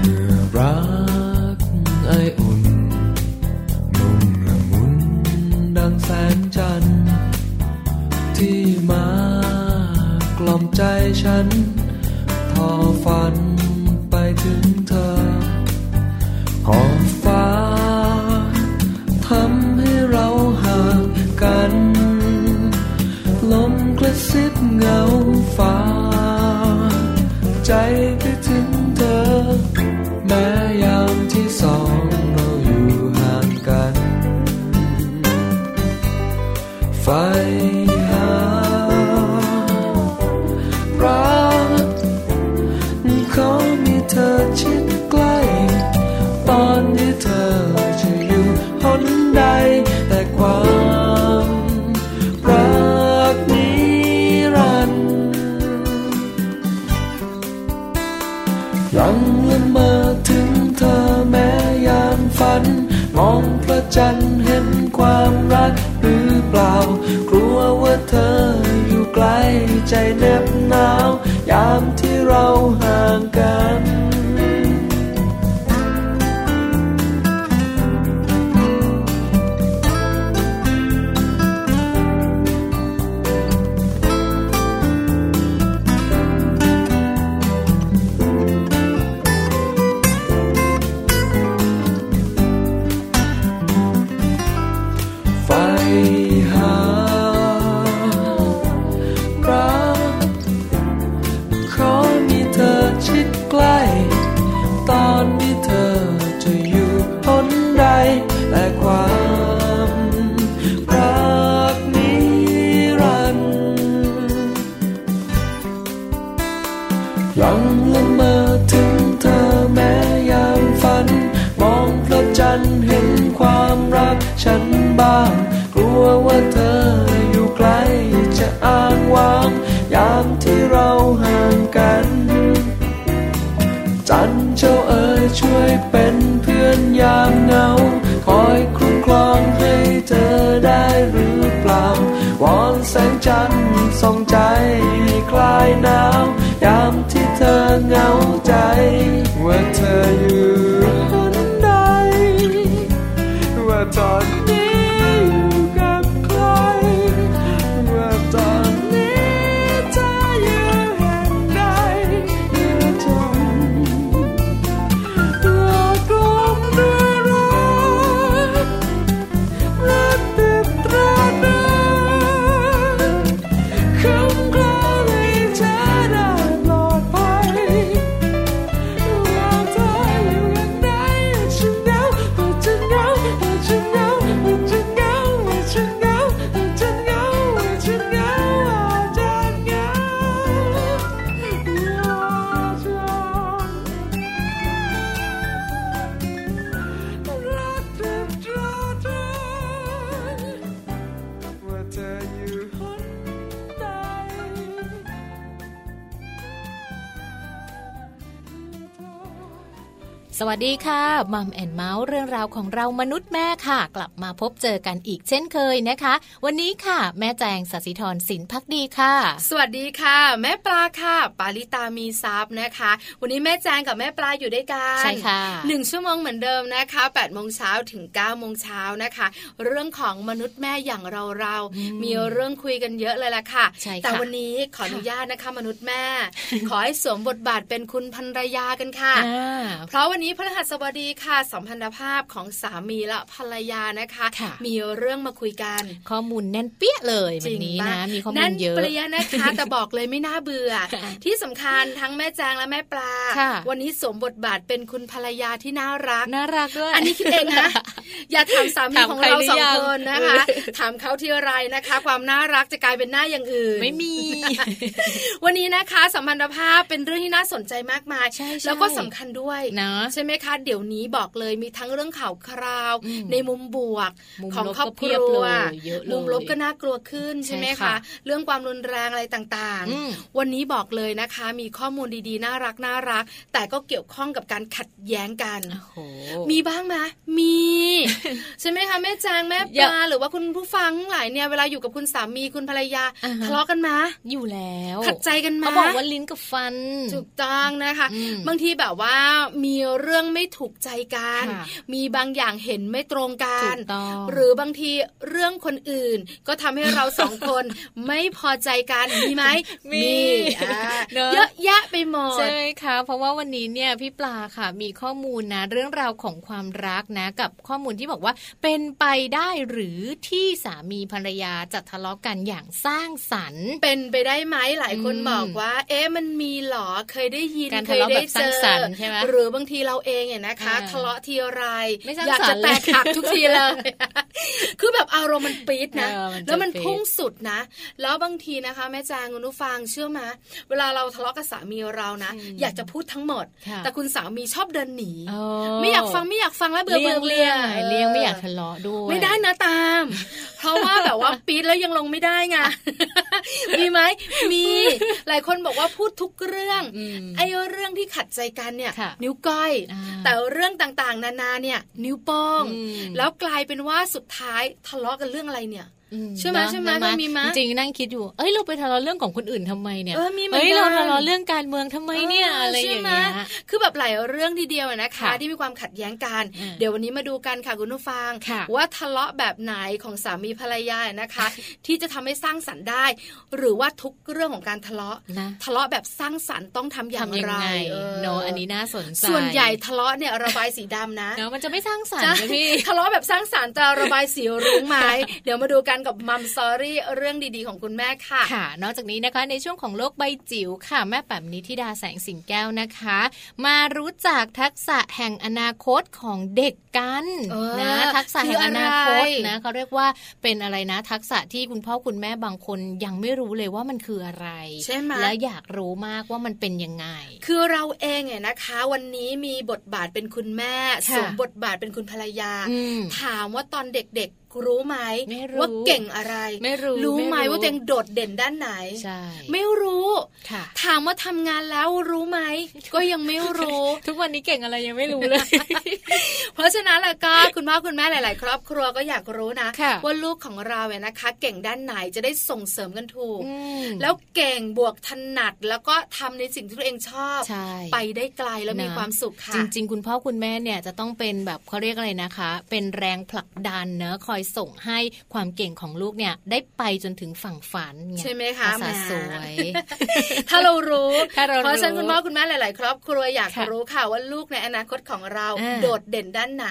เมื่อรักไออุ่นนุ่มละมุนดังแสงจันทร์ที่มากล่อมใจฉัน ทอฝันไปถึงเธอ ขอบฟ้าทำให้เราห่างกัน ลมกระซิบเงาฟ้า ใจไปถึงเธอ แม้ยามที่สองเราอยู่ห่างกัน ไฟหารักเขามีเธอชิดใกล้ ตอนที่เธอจะอยู่หนใด แต่ความรักนิรันดร์ ยังละเมอถึงเธอแม้ยามฝัน มองพระจันทร์เห็นความรักหรือเปล่า กลัวว่าเธออยู่ไกลใจเหน็บหนาว ยามที่เราห่างกัน ไฟหารักขอมีเธอชิดใกล้ ตอนที่เธอจะอยู่หนใด แต่ความรักนิรันดร์ ยังละเมอถึงเธอแม้ยามฝัน มองพระจันทร์เห็นความรักฉันบ้าง กลัวว่าเธออยู่ไกลจะอ้างว้าง ยามที่เราห่างกัน จันทร์เจ้าเอ๋ยช่วยเป็นเพื่อนยามเหงา คอยคุ้มครองให้เธอได้หรือเปล่าวอนแสงจันทร์ส่องใจให้คลายหนาว ยามที่เธอเหงาใจ ว่าเธออยู่หนใด ว่าตอนนี้อยู่กับใคร ว่าตอนนี้เธออยู่แห่งใดเมื่อจำ Yeah. ว่าเธออยู่หนใด สวัสดีค่ะมัมแอนเมาส์เรื่องราวของเรามนุษย์แม่ค่ะ กลับมาพบเจอกันอีกเช่นเคยนะคะ วันนี้ค่ะ แม่แจงสัสิธรสินพักดีค่ะ สวัสดีค่ะ แม่ปลาค่ะ ปาลิตามีซับนะคะ วันนี้แม่แจงกับแม่ปลาอยู่ด้วยกัน ใช่ค่ะ หนึ่งชั่วโมงเหมือนเดิมนะคะ8ปดโมงเช้าถึง9ก้าโมงเช้านะคะ เรื่องของมนุษย์แม่อย่างเราเราๆ อืม มีเรื่องคุยกันเยอะเลยล่ะค่ะ ใช่ค่ะ แต่วันนี้ขออนุญาตนะคะ มนุษย์ แม่ ขอให้สวมบทบาทเป็นคุณภรรยากันค่ะ อ่า เพราะวันนี้พระหัสบดีค่ะ สัมพันธภาพของสามีและภรรยานะคะ ค่ะ มีเรื่องมาคุยกัน ข้อมูลแน่นเปี้ยเลยวันนี้นะ จมีริงปข้อมูลเยอะ นั่นเปรี้ยนะคะ แต่บอกเลยไม่น่าเบื่อ ค่ะ ที่สำคัญทั้งแม่แจงและแม่ปลา ค่ะ วันนี้สวมบทบาทเป็นคุณภรรยาที่น่ารัก น่ารักด้วย อันนี้คิดเองนะ อย่าถามสามี ถาม ของ ใคร เรา หรือ สอง ยัง คนนะคะ เออ ถามเขาที่ไรนะคะ ความน่ารักจะกลายเป็นหน้าอย่างอื่น ไม่มี วันนี้นะคะสัมพันธภาพเป็นเรื่องที่น่าสนใจมากมาย ใช่ใช่ แล้วก็สำคัญด้วย นะ ใช่ไหมคะ เดี๋ยวนี้บอกเลยมีทั้งเรื่องข่าวคราว อืม ในมุมบวก มุม ของ ลบ ครอบ ก็ ครั เพียบ ว เลยเยอะเลย มุมลบก็น่ากลัวขึ้นใช่ไหม ใช่ คะ ค่ะ เรื่องความรุนแรงอะไรต่าง อืม ๆ วันนี้บอกเลยนะคะ มีข้อมูลดีๆ น่ารักน่ารัก แต่ก็เกี่ยวข้องกับการขัดแย้งกัน โอ้โห มีบ้างไหมมี ใช่ไหมคะแม่จางแม่ป อย่า ลาหรือว่าคุณผู้ฟังหลายเนี่ยเวลาอยู่กับคุณสามีคุณภรรยา อ่าฮะ ทะเลาะกันไหม อยู่แล้ว ขัดใจกันไหม เขาบอกว่าลิ้นกับฟัน ถูกต้องนะคะ อืม บางทีแบบว่ามีเรื่องไม่ถูกใจกัน ค่ะ มีบางอย่างเห็นไม่ตรงกั ถู น กต้อง หรือบางทีเรื่องคนอื่น ก็ทำให้เราสองคน ไม่พอใจกันมีไหม มี อ่า เนอะ เยอะแยะไปหมด ใช่ไหมคะเพราะว่าวันนี้เนี่ยพี่ปลาค่ะมีข้อมูลนะเรื่องราวของความรักนะ กับข้อมูลที่บอกว่าเป็นไปได้หรือที่สามีภรรยาจะทะเลาะกันอย่างสร้างสรรค์ เป็นไปได้ไหมหลายคน อืม บอกว่า เอ๊ะมันมีเหรอเคยได้ยิน การ เค ทะ ย เลาะ ได้ แบบ เจ สร้าง อ สรรค์ใช่ไหม หรือบางทีเราเองเนี่ยนะคะ อ่า ทะเลาะทีไร ไม่สร้าง อยาก สร จะ รค์ แตกหักทุกทีเลย คือแบบอารมณ์มันปี๊ดนะ เออมันจะ แล้วมัน ปี๊ด พุ่งสุดนะ แล้วบางทีนะคะ แม่จางคุณผู้ฟังเชื่อมา เวลาเราทะเลาะกับสามีเรานะ อยากจะพูดทั้งหมด ค่ะ แต่คุณสามีชอบเดินหนี เอ ไม่อยากฟังไม่อยากฟังแล้วเบื่อ เลี่ยง บื่อ เลี่ยงหบื่อน่อยเลี่ยงไม่อยากทะเลาะด้วย ไม่ได้นะตาม เพราะว่าแบบว่าปีดแล้วยังลงไม่ได้ไง มีไหม มี หลายคนบอกว่าพูดทุกเรื่อง อืม ไอ้เรื่องที่ขัดใจกันเนี่ย ค่ะ นิ้วก้อย อ่า แต่เรื่องต่างๆ นานาเนี่ย นิ้วโป้ง อืม แล้วกลายเป็นว่าสุดท้ายทะเลาะกันเรื่องอะไรเนี่ย อื ใช่ไหม นะ ใช่ไหม นะ ก็มีมะ จริงๆนั่งคิดอยู่ เอ้ยเราไปทะเลาะเรื่องของคนอื่นทำไมเนี่ย เออมีเหมือน เอ้ย กัน เราทะเลาะเรื่องการเมืองทำไมเนี่ยอะไรอย่างเงี้ย ใช่ไหมคือแบบหลายเรื่องทีเดียวอะนะคะ ค่ะ ที่มีความขัดแย้งกัน อืม เดี๋ยววันนี้มาดูกันค่ะคุณผู้ฟัง ค่ะ ว่าทะเลาะแบบไหนของสามีภรรยานะคะ ที่จะทำให้สร้างสรรค์ได้ หรือว่าทุกเรื่องของการทะเลาะ นะ ทะเลาะแบบสร้างสรรค์ต้องทำอย่าง ทำยัง ไร ไง เออ เนาะอันนี้น่าสนใจ ส่วนใหญ่ทะเลาะเนี่ยระบายสีดำนะ เนาะมันจะไม่สร้างสรร ใช่ ค์นะพี่ ทะเลาะแบบสร้างสรรค์จะระบายสีรุ้งไหมเดี๋ยวมาดูกันกับมัมซอรี่เรื่องดีๆของคุณแม่ค่ะ ค่ะ นอกจากนี้นะคะในช่วงของโลกใบจิ๋วค่ะ แม่แป๋มนิธิดาแสงสิงแก้วนะคะ มารู้จักทักษะแห่งอนาคตของเด็กกัน เออ นะทักษะแห่งอนาคต คืออะไร นะเขาเรียกว่าเป็นอะไรนะ ทักษะที่คุณพ่อคุณแม่บางคนยังไม่รู้เลยว่ามันคืออะไร ใช่ไหม และอยากรู้มากว่ามันเป็นยังไง คือเราเองเนี่ยนะคะ วันนี้มีบทบาทเป็นคุณแม่ ค่ะ สวมบทบาทเป็นคุณภรรยา อืม ถามว่าตอนเด็กๆรู้ไหม ไม่รู้ ว่าเก่งอะไร ไม่รู้ รู้ไหมว่าตัวเองโดดเด่นด้านไหน ใช่ ไม่รู้ ค่ะ ถามว่าทำงานแล้วรู้ ไหม ก็ยังไม่รู้ ทุกวันนี้เก่งอะไรยังไม่รู้เลย เพราะฉะนั้นแล้วก็ คุณพ่อคุณแม่หลาย ๆ ครอบครัวก็อยากรู้นะ ค่ะ ว่าลูกของเราเนี่ยนะคะ เก่งด้านไหนจะได้ส่งเสริมกันถูก อืม แล้วเก่งบวกถนัดแล้วก็ทำในสิ่งที่ตัวเองชอบ ใช่ ไปได้ไกลแล้วมี นะ ความสุขค่ะ จริง ๆ คุณพ่อคุณแม่เนี่ยจะต้องเป็นแบบเขาเรียกอะไรนะคะ เป็นแรงผลักดันเนอะคอยส่งให้ความเก่งของลูกเนี่ยได้ไปจนถึงฝั่งฝันไง ใช่ไหมคะ ภาษา แหม สวย ถ้าเรารู้ ถ้าเรารู้ เพราะฉะนั้นคุณพ่อคุณแม่หลาย ๆ ครอบครัวอยาก ค่ะ รู้ค่ะว่าลูกในอนาคตของเรา อ่า โดดเด่นด้านไหน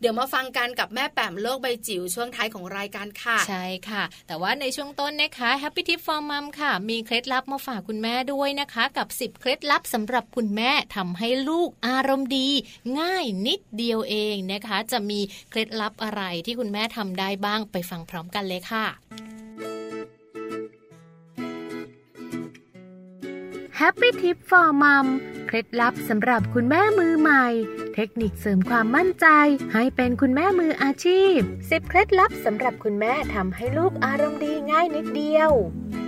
เดี๋ยวมาฟังกันกับแม่แปมโลกใบจิ๋วช่วงท้ายของรายการค่ะ ใช่ค่ะ แต่ว่าในช่วงต้นนะคะ Happy Tip for Mom ค่ะ มีเคล็ดลับมาฝากคุณแม่ด้วยนะคะ กับ 10 เคล็ดลับสำหรับคุณแม่ทำให้ลูกอารมณ์ดี ง่ายนิดเดียวเองนะคะ จะมีเคล็ดลับอะไรที่คุณแม่ทำได้บ้างไปฟังพร้อมกันเลยค่ะ Happy Tip for Mom เคล็ดลับสำหรับคุณแม่มือใหม่ เทคนิคเสริมความมั่นใจ ให้เป็นคุณแม่มืออาชีพ 10 เคล็ดลับสำหรับคุณแม่ทำให้ลูกอารมณ์ดีง่ายนิดเดียว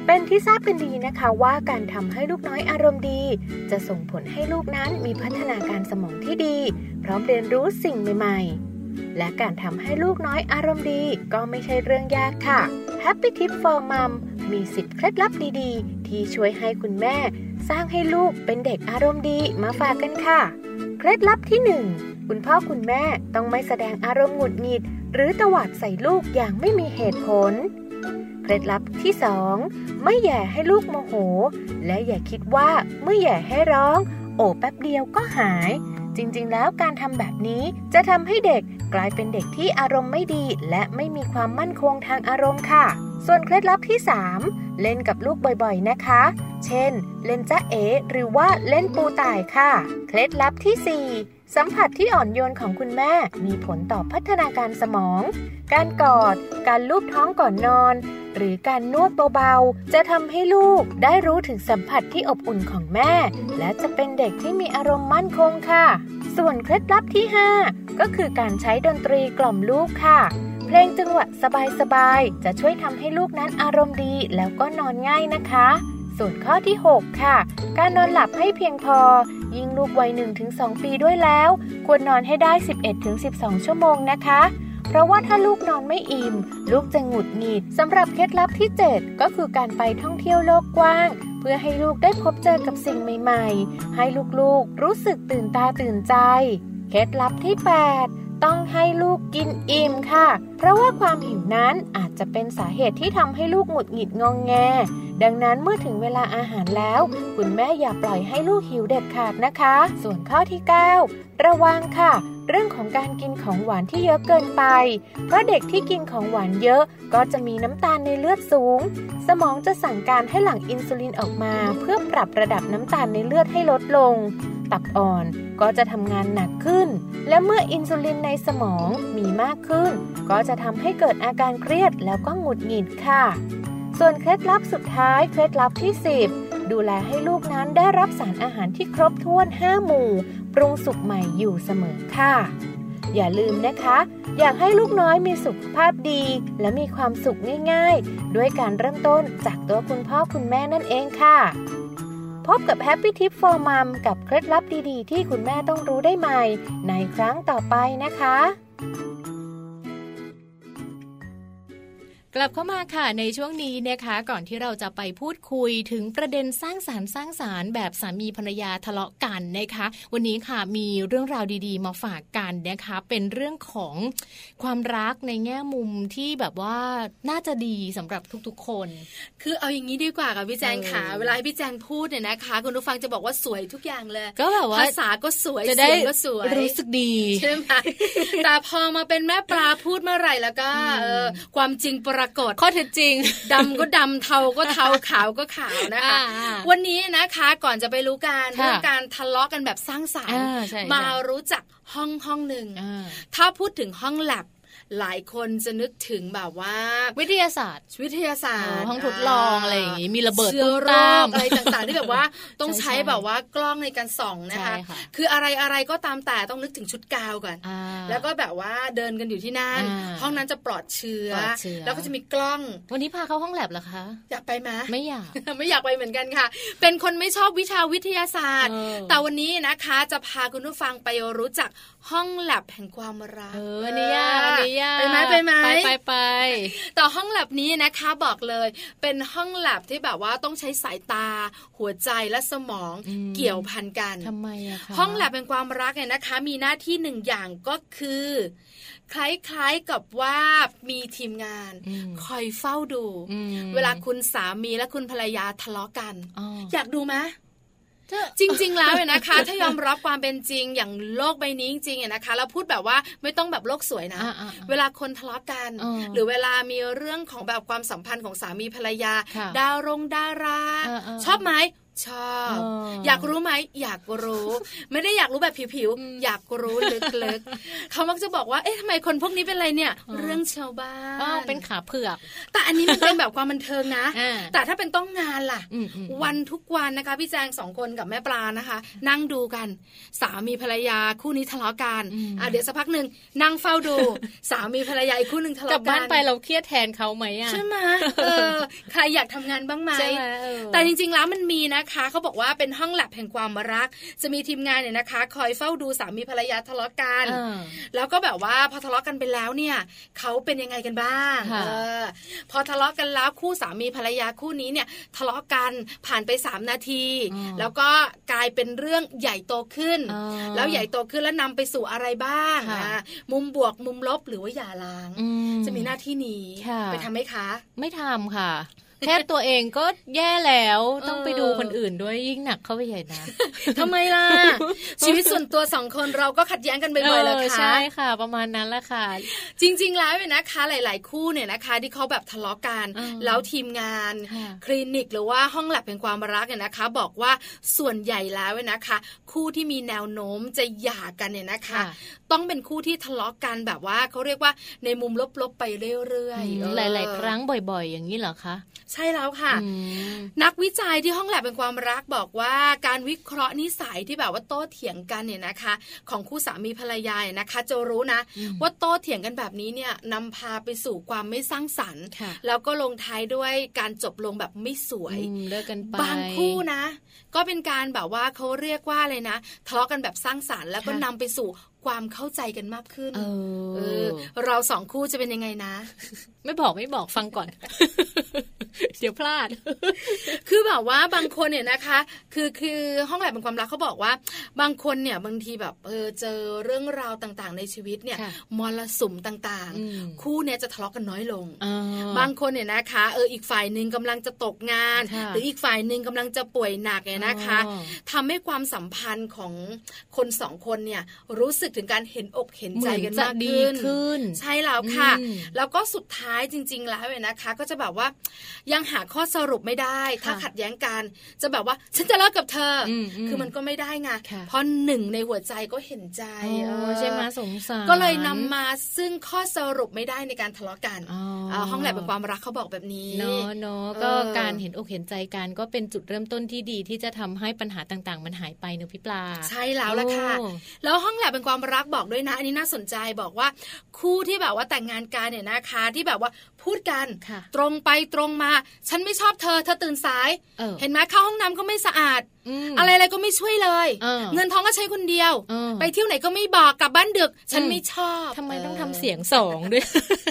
เป็นที่ทราบกันดีนะคะว่าการทำให้ลูกน้อยอารมณ์ดี จะส่งผลให้ลูกนั้นมีพัฒนาการสมองที่ดี พร้อมเรียนรู้สิ่งใหม่ๆ และการทำให้ลูกน้อยอารมณ์ดีก็ไม่ใช่เรื่องยากค่ะ Happy Tip for Mom มี 10 เคล็ดลับดีๆ ที่ช่วยให้คุณแม่ สร้างให้ลูกเป็นเด็กอารมณ์ดีมาฝากกันค่ะ เคล็ดลับที่ 1 คุณพ่อคุณแม่ต้องไม่แสดงอารมณ์หงุดหงิด หรือตวาดใส่ลูกอย่างไม่มีเหตุผล เคล็ดลับที่ 2 ไม่แย่ให้ลูกโมโห และอย่าคิดว่าเมื่อแย่ให้ร้อง โอบแป๊บเดียวก็หาย จริงๆ แล้วการทำแบบนี้จะทำให้เด็กกลายเป็นเด็กที่อารมณ์ไม่ดี และไม่มีความมั่นคงทางอารมณ์ค่ะ ส่วนเคล็ดลับที่ 3 เล่นกับลูกบ่อยๆ นะคะ เช่น เล่นจ้าเอ๋หรือว่าเล่นปูต่ายค่ะ เคล็ดลับที่ 4 สัมผัสที่อ่อนโยนของคุณแม่มีผลต่อพัฒนาการสมอง การกอด การลูบท้องก่อนนอน หรือการนวดเบาๆ จะทำให้ลูกได้รู้ถึงสัมผัสที่อบอุ่นของแม่ และจะเป็นเด็กที่มีอารมณ์มั่นคงค่ะ ส่วนเคล็ดลับที่ 5 ก็คือการใช้ดนตรีกล่อมลูกค่ะ เพลงจังหวะสบายๆ จะช่วยทำให้ลูกนั้นอารมณ์ดีแล้วก็นอนง่ายนะคะ ส่วนข้อที่ 6 ค่ะ การนอนหลับให้เพียงพอ ยิ่งลูกวัย 1-2 ปีด้วยแล้ว ควรนอนให้ได้ 11-12 ชั่วโมงนะคะ เพราะว่าถ้าลูกนอนไม่อิ่ม ลูกจะหงุดหงิดสำหรับเคล็ดลับที่ 7 ก็คือการไปท่องเที่ยวโลกกว้าง เพื่อให้ลูกได้พบเจอกับสิ่งใหม่ ๆ ให้ลูกๆ รู้สึกตื่นตาตื่นใจ เคล็ดลับที่ 8 ต้องให้ลูกกินอิ่มค่ะ เพราะว่าความหิวนั้นอาจจะเป็นสาเหตุที่ทำให้ลูกหงุดหงิดงองแง ดังนั้นเมื่อถึงเวลาอาหารแล้ว คุณแม่อย่าปล่อยให้ลูกหิวเด็ดขาดนะคะ ส่วนข้อที่ 9 ระวังค่ะ เรื่องของการกินของหวานที่เยอะเกินไป เพราะเด็กที่กินของหวานเยอะ ก็จะมีน้ำตาลในเลือดสูง สมองจะสั่งการให้หลั่งอินซูลินออกมา เพื่อปรับระดับน้ำตาลในเลือดให้ลดลง ตับอ่อนก็จะทำงานหนักขึ้น และเมื่ออินซูลินในสมองมีมากขึ้น ก็จะทำให้เกิดอาการเครียดแล้วก็หงุดหงิดค่ะ ส่วนเคล็ดลับสุดท้ายเคล็ดลับที่ 10 ดูแลให้ลูกนั้นได้รับสารอาหารที่ครบถ้วน 5 หมู่ ปรุงสุกใหม่อยู่เสมอค่ะ อย่าลืมนะคะ อยากให้ลูกน้อยมีสุขภาพดี และมีความสุขง่ายๆ ด้วยการเริ่มต้นจากตัวคุณพ่อคุณแม่นั่นเองค่ะ พบกับแฮปปี้ทิปฟอร์มัมกับเคล็ดลับดีๆ ที่คุณแม่ต้องรู้ได้ใหม่ ในครั้งต่อไปนะคะ กลับเข้ามาค่ะในช่วงนี้นะคะ ก่อนที่เราจะไปพูดคุยถึงประเด็นสร้างสารรค์สร้างสารรค์แบบสามีภรรยาทะเลาะกันนะคะ วันนี้ค่ะมีเรื่องราวดีๆ มาฝากกันนะคะ เป็นเรื่องของความรักในแง่มุมที่แบบว่าน่าจะดีสำหรับทุกๆคน คือเอาอย่างนี้ดีกว่าค่ะพี่แจงค่ะ เออ เวลาให้พี่แจงพูดเนี่ยนะคะ คุณผู้ฟังจะบอกว่าสวยทุกอย่างเลย ก็แบบว่า ภาษาก็สวย จะได้ เสียงก็สวย รู้สึกดี ใช่ไหม แต่พอมาเป็นแม่ปลาพูดเมื่อไหร่แล้วก็เออความจริงปรากฏ ข้อเท็จจริง ดำก็ดำเทาก็เทา ขาวก็ขาวนะคะ อ่าๆ วันนี้นะคะก่อนจะไปรู้การ ค่ะ เรื่องการทะเลาะกันแบบสร้างสรรค์ อ่าใช่ใช่ มารู้จักห้องห้องหนึ่ง อ่า ถ้าพูดถึงห้องแลบหลายคนจะนึกถึงแบบว่า วิทยาศาสตร์ วิทยาศาสต อ๋ ร์ อห้องทดลองอะไรอย่างงี้มีระเบิด เชื้อ ตุ้ โร มตาม คอะไรต่างๆที่ แบบว่าต้อง ใช่ ใช้ ใช่ แบบว่ากล้องในการส่องนะคะ ใช่ค่ะ คืออะไรอะไรก็ตามแต่ต้องนึกถึงชุดกาวก่อน อ่า แล้วก็แบบว่าเดินกันอยู่ที่นั่น อ่า ห้องนั้นจะปลอดเชื้อ ปลอดเชื้อ แล้วก็จะมีกล้อง วันนี้พาเข้าห้องแลบเหรอคะ อยากไปไหม ไม่อยาก ไม่อยากไปเหมือนกันค่ะ เป็นคนไม่ชอบวิชาวิทยาศาสตร์ เออ แต่วันนี้นะคะจะพาคุณผู้ฟังไปรู้จักห้องแลบแห่งความรัก เออนี่ยากนี่ยาก ไปไหมไปไหม ไปไปไป แต่ห้องแลบนี้นะคะบอกเลย เป็นห้องแลบที่แบบว่าต้องใช้สายตา หัวใจและสมอง อืม เกี่ยวพันกัน ทำไมอะคะ ห้องแลบเป็นความรักเนี่ยนะคะ มีหน้าที่หนึ่งอย่างก็คือ คล้ายๆกับว่ามีทีมงาน อืม คอยเฝ้าดู อืม เวลาคุณสามีและคุณภรรยาทะเลาะกัน อ๋อ อยากดูไหม เจ้า จริง ๆ แล้วเนี่ยนะคะ ถ้ายอมรับความเป็นจริงอย่างโลกใบนี้จริงๆเนี่ยนะคะเราพูดแบบว่าไม่ต้องแบบโลกสวยนะ อ่าอ่าอ่า เวลาคนทะเลาะกัน อ่า หรือเวลามีเรื่องของแบบความสัมพันธ์ของสามีภรรยา ค่ะ ดาวรงดารา อ่าอ่า ชอบไหมชอบ เอออยอากรู้ไหมอยากรู้ ไม่ได้อยากรู้แบบผิว อืม ๆอยากรู้ลึก ๆเขามักจะบอกว่าเอ๊ะทำไมคนพวกนี้เป็นไรเนี่ย อ๋อ เรื่องชาวบ้า อ้าวน เป็นขาเผือก แต่อันนี้มันเป็นแบบความบันเทิงนะ อ่า แต่ถ้าเป็นต้องงานล่ะ อืมอืม วันทุกวันนะคะพี่แจงสองคนกับแม่ปลานะคะ นั่งดูกัน สามีภรรยาคู่นี้ทะเลาะกัน อืม อ่ะเดี๋ยวสักพักหนึ่งนั่งเฝ้าดู สามีภรรยาอีกคู่หนึ่งทะ กลับเลาะกั บ้านไปเราเครียดแทนเขาไหมอะ ใช่ไหมเอ อใครอยากทำงานบ้างไหม ใช่ไหมเออ แต่จริงๆ แล้วมันมีนะคะเขาบอกว่าเป็นห้องแลบแห่งความรัก จะมีทีมงานเนี่ยนะคะ คอยเฝ้าดูสามีภรรยาทะเลาะกัน อ่า แล้วก็แบบว่าพอทะเลาะกันไปแล้วเนี่ยเขาเป็นยังไงกันบ้าง ค่ะ เออพอทะเลาะกันแล้วคู่สามีภรรยาคู่นี้เนี่ยทะเลาะกันผ่านไป 3 นาที อ๋อ แล้วก็กลายเป็นเรื่องใหญ่โตขึ้น อ๋อ แล้วใหญ่โตขึ้นแล้วนำไปสู่อะไรบ้าง ค่ะ อ่ะมุมบวกมุมลบหรือว่าหย่าร้าง อื จะมีหน้าที่นี้ ค่ะ ไปทำไหมคะ ไม่ทำค่ะ แค่ตัวเองก็แย่แล้วต้องไปดูคนอื่นด้วยยิ่งหนักเข้าไปใหญ่นะ ทำไม ล่ะ ชีวิตส่วนตัวสองคนเราก็ขัดแย้งกันบ่อยๆแล้ว เออ ค่ะ ใช่ค่ะ ประมาณนั้นแหละค่ะ จริง ๆ แล้วเนี่ยนะคะหลาย ๆ คู่เนี่ยนะคะ ที่เขาแบบทะเลาะกัน อ่า แล้วทีมงาน ค่ะ คลินิกหรือว่าห้องแลบแห่งความรักเนี่ยนะคะ บอกว่าส่วนใหญ่แล้วเนี่ยนะคะ คู่ที่มีแนวโน้มจะหย่ากันเนี่ยนะคะ ต้องเป็นคู่ที่ทะเลาะกันแบบว่าเขาเรียกว่าในมุมลบ ๆ ไปเรื่อยๆเออ หลาย ๆ ครั้งบ่อย ๆ อย่างนี้เหรอคะ ใช่แล้วค่ะ อืม นักวิจัยที่ห้องแลบเป็นความรักบอกว่าการวิเคราะห์นิสัยที่แบบว่าโต้เถียงกันเนี่ยนะคะ ของคู่สามีภรรยาเนี่ยนะคะ จะรู้นะ อืม ว่าโต้เถียงกันแบบนี้เนี่ยนำพาไปสู่ความไม่สร้างสรรค์ ค่ะ แล้วก็ลงท้ายด้วยการจบลงแบบไม่สวย อืมเลิกกันไป บางคู่นะ ก็เป็นการแบบว่าเขาเรียกว่าอะไรนะทะเลาะกันแบบสร้างสรรค์แล้วก็ ค่ะ นำไปสู่ความเข้าใจกันมากขึ้น เอ เอ อ อเราสองคู่จะเป็นยังไงนะ ไม่บอกไม่บอกฟัง ก่อน เดี๋ยวพลาด คือแบบว่าบางคนเนี่ยนะคะ คือคือห้องแลบเป็นความรักเขาบอกว่า บางคนเนี่ยบางทีแบบเออเจอเรื่องราวต่างๆ ในชีวิตเนี่ย ค่ะ มรสุมต่าง อืม ๆ คู่เนี่ยจะทะเลาะกันน้อยลง เออ บางคนเนี่ยนะคะเอออีกฝ่ายหนึ่งกำลังจะตกงาน ค่ะ หรืออีกฝ่ายหนึ่งกำลังจะป่วยหนักเนี่ยนะคะ อ๋อ ทำให้ความสัมพันธ์ของคนสองคนเนี่ยรู้สึกถึงการเห็นอกเห็น เห ใจ มือน กัน จะ มาก ดี ขึ้น ขึ้น ใช่แล้วค่ะ อืม แล้วก็สุดท้ายจริง ๆ แล้วเนี่ยนะคะ ก็จะแบบว่ายังหาข้อสรุปไม่ได้ ถ้า ค่ะ ขัดแย้งกัน จะแบบว่าฉันจะเลิกกับเธออ มอืม คือมันก็ไม่ได้ไง ค่ะ เพราะหนึ่งในหัวใจก็เห็นใจ โอ้ เออ ใช่ไหมสงสาร ก็เลยนำมาซึ่งข้อสรุปไม่ได้ในการทะเลาะกัน อ๋อ เอ่อห้องแลบเป็นความรักเขาบอกแบบนี้ เนาะเนาะก็ เออ การเห็นอกเห็นใจกันก็เป็นจุดเริ่มต้นที่ดีที่จะทำให้ปัญหาต่างๆ มันหายไปเนอะพี่ปลา ใช่แล้วล่ะค่ะ โอ้ แล้วห้องแลบเป็นความรักบอกด้วยนะ อันนี้น่าสนใจบอกว่า คู่ที่แบบว่าแต่งงานกันเนี่ยนะคะ ที่แบบว่าพูดกัน ค่ะ ตรงไปตรงมา ฉันไม่ชอบเธอ เธอตื่นสาย เออ เห็นไหมเข้าห้องน้ำก็ไม่สะอาด ม อะไรอะไรก็ไม่ช่วยเลย เออ เงินทองก็ใช้คนเดียว เออ ไปเที่ยวไหนก็ไม่บอกกลับบ้านดึก ฉัน อืม ไม่ชอบ ทำไมต้อง อ ทำเสียงสองด้วย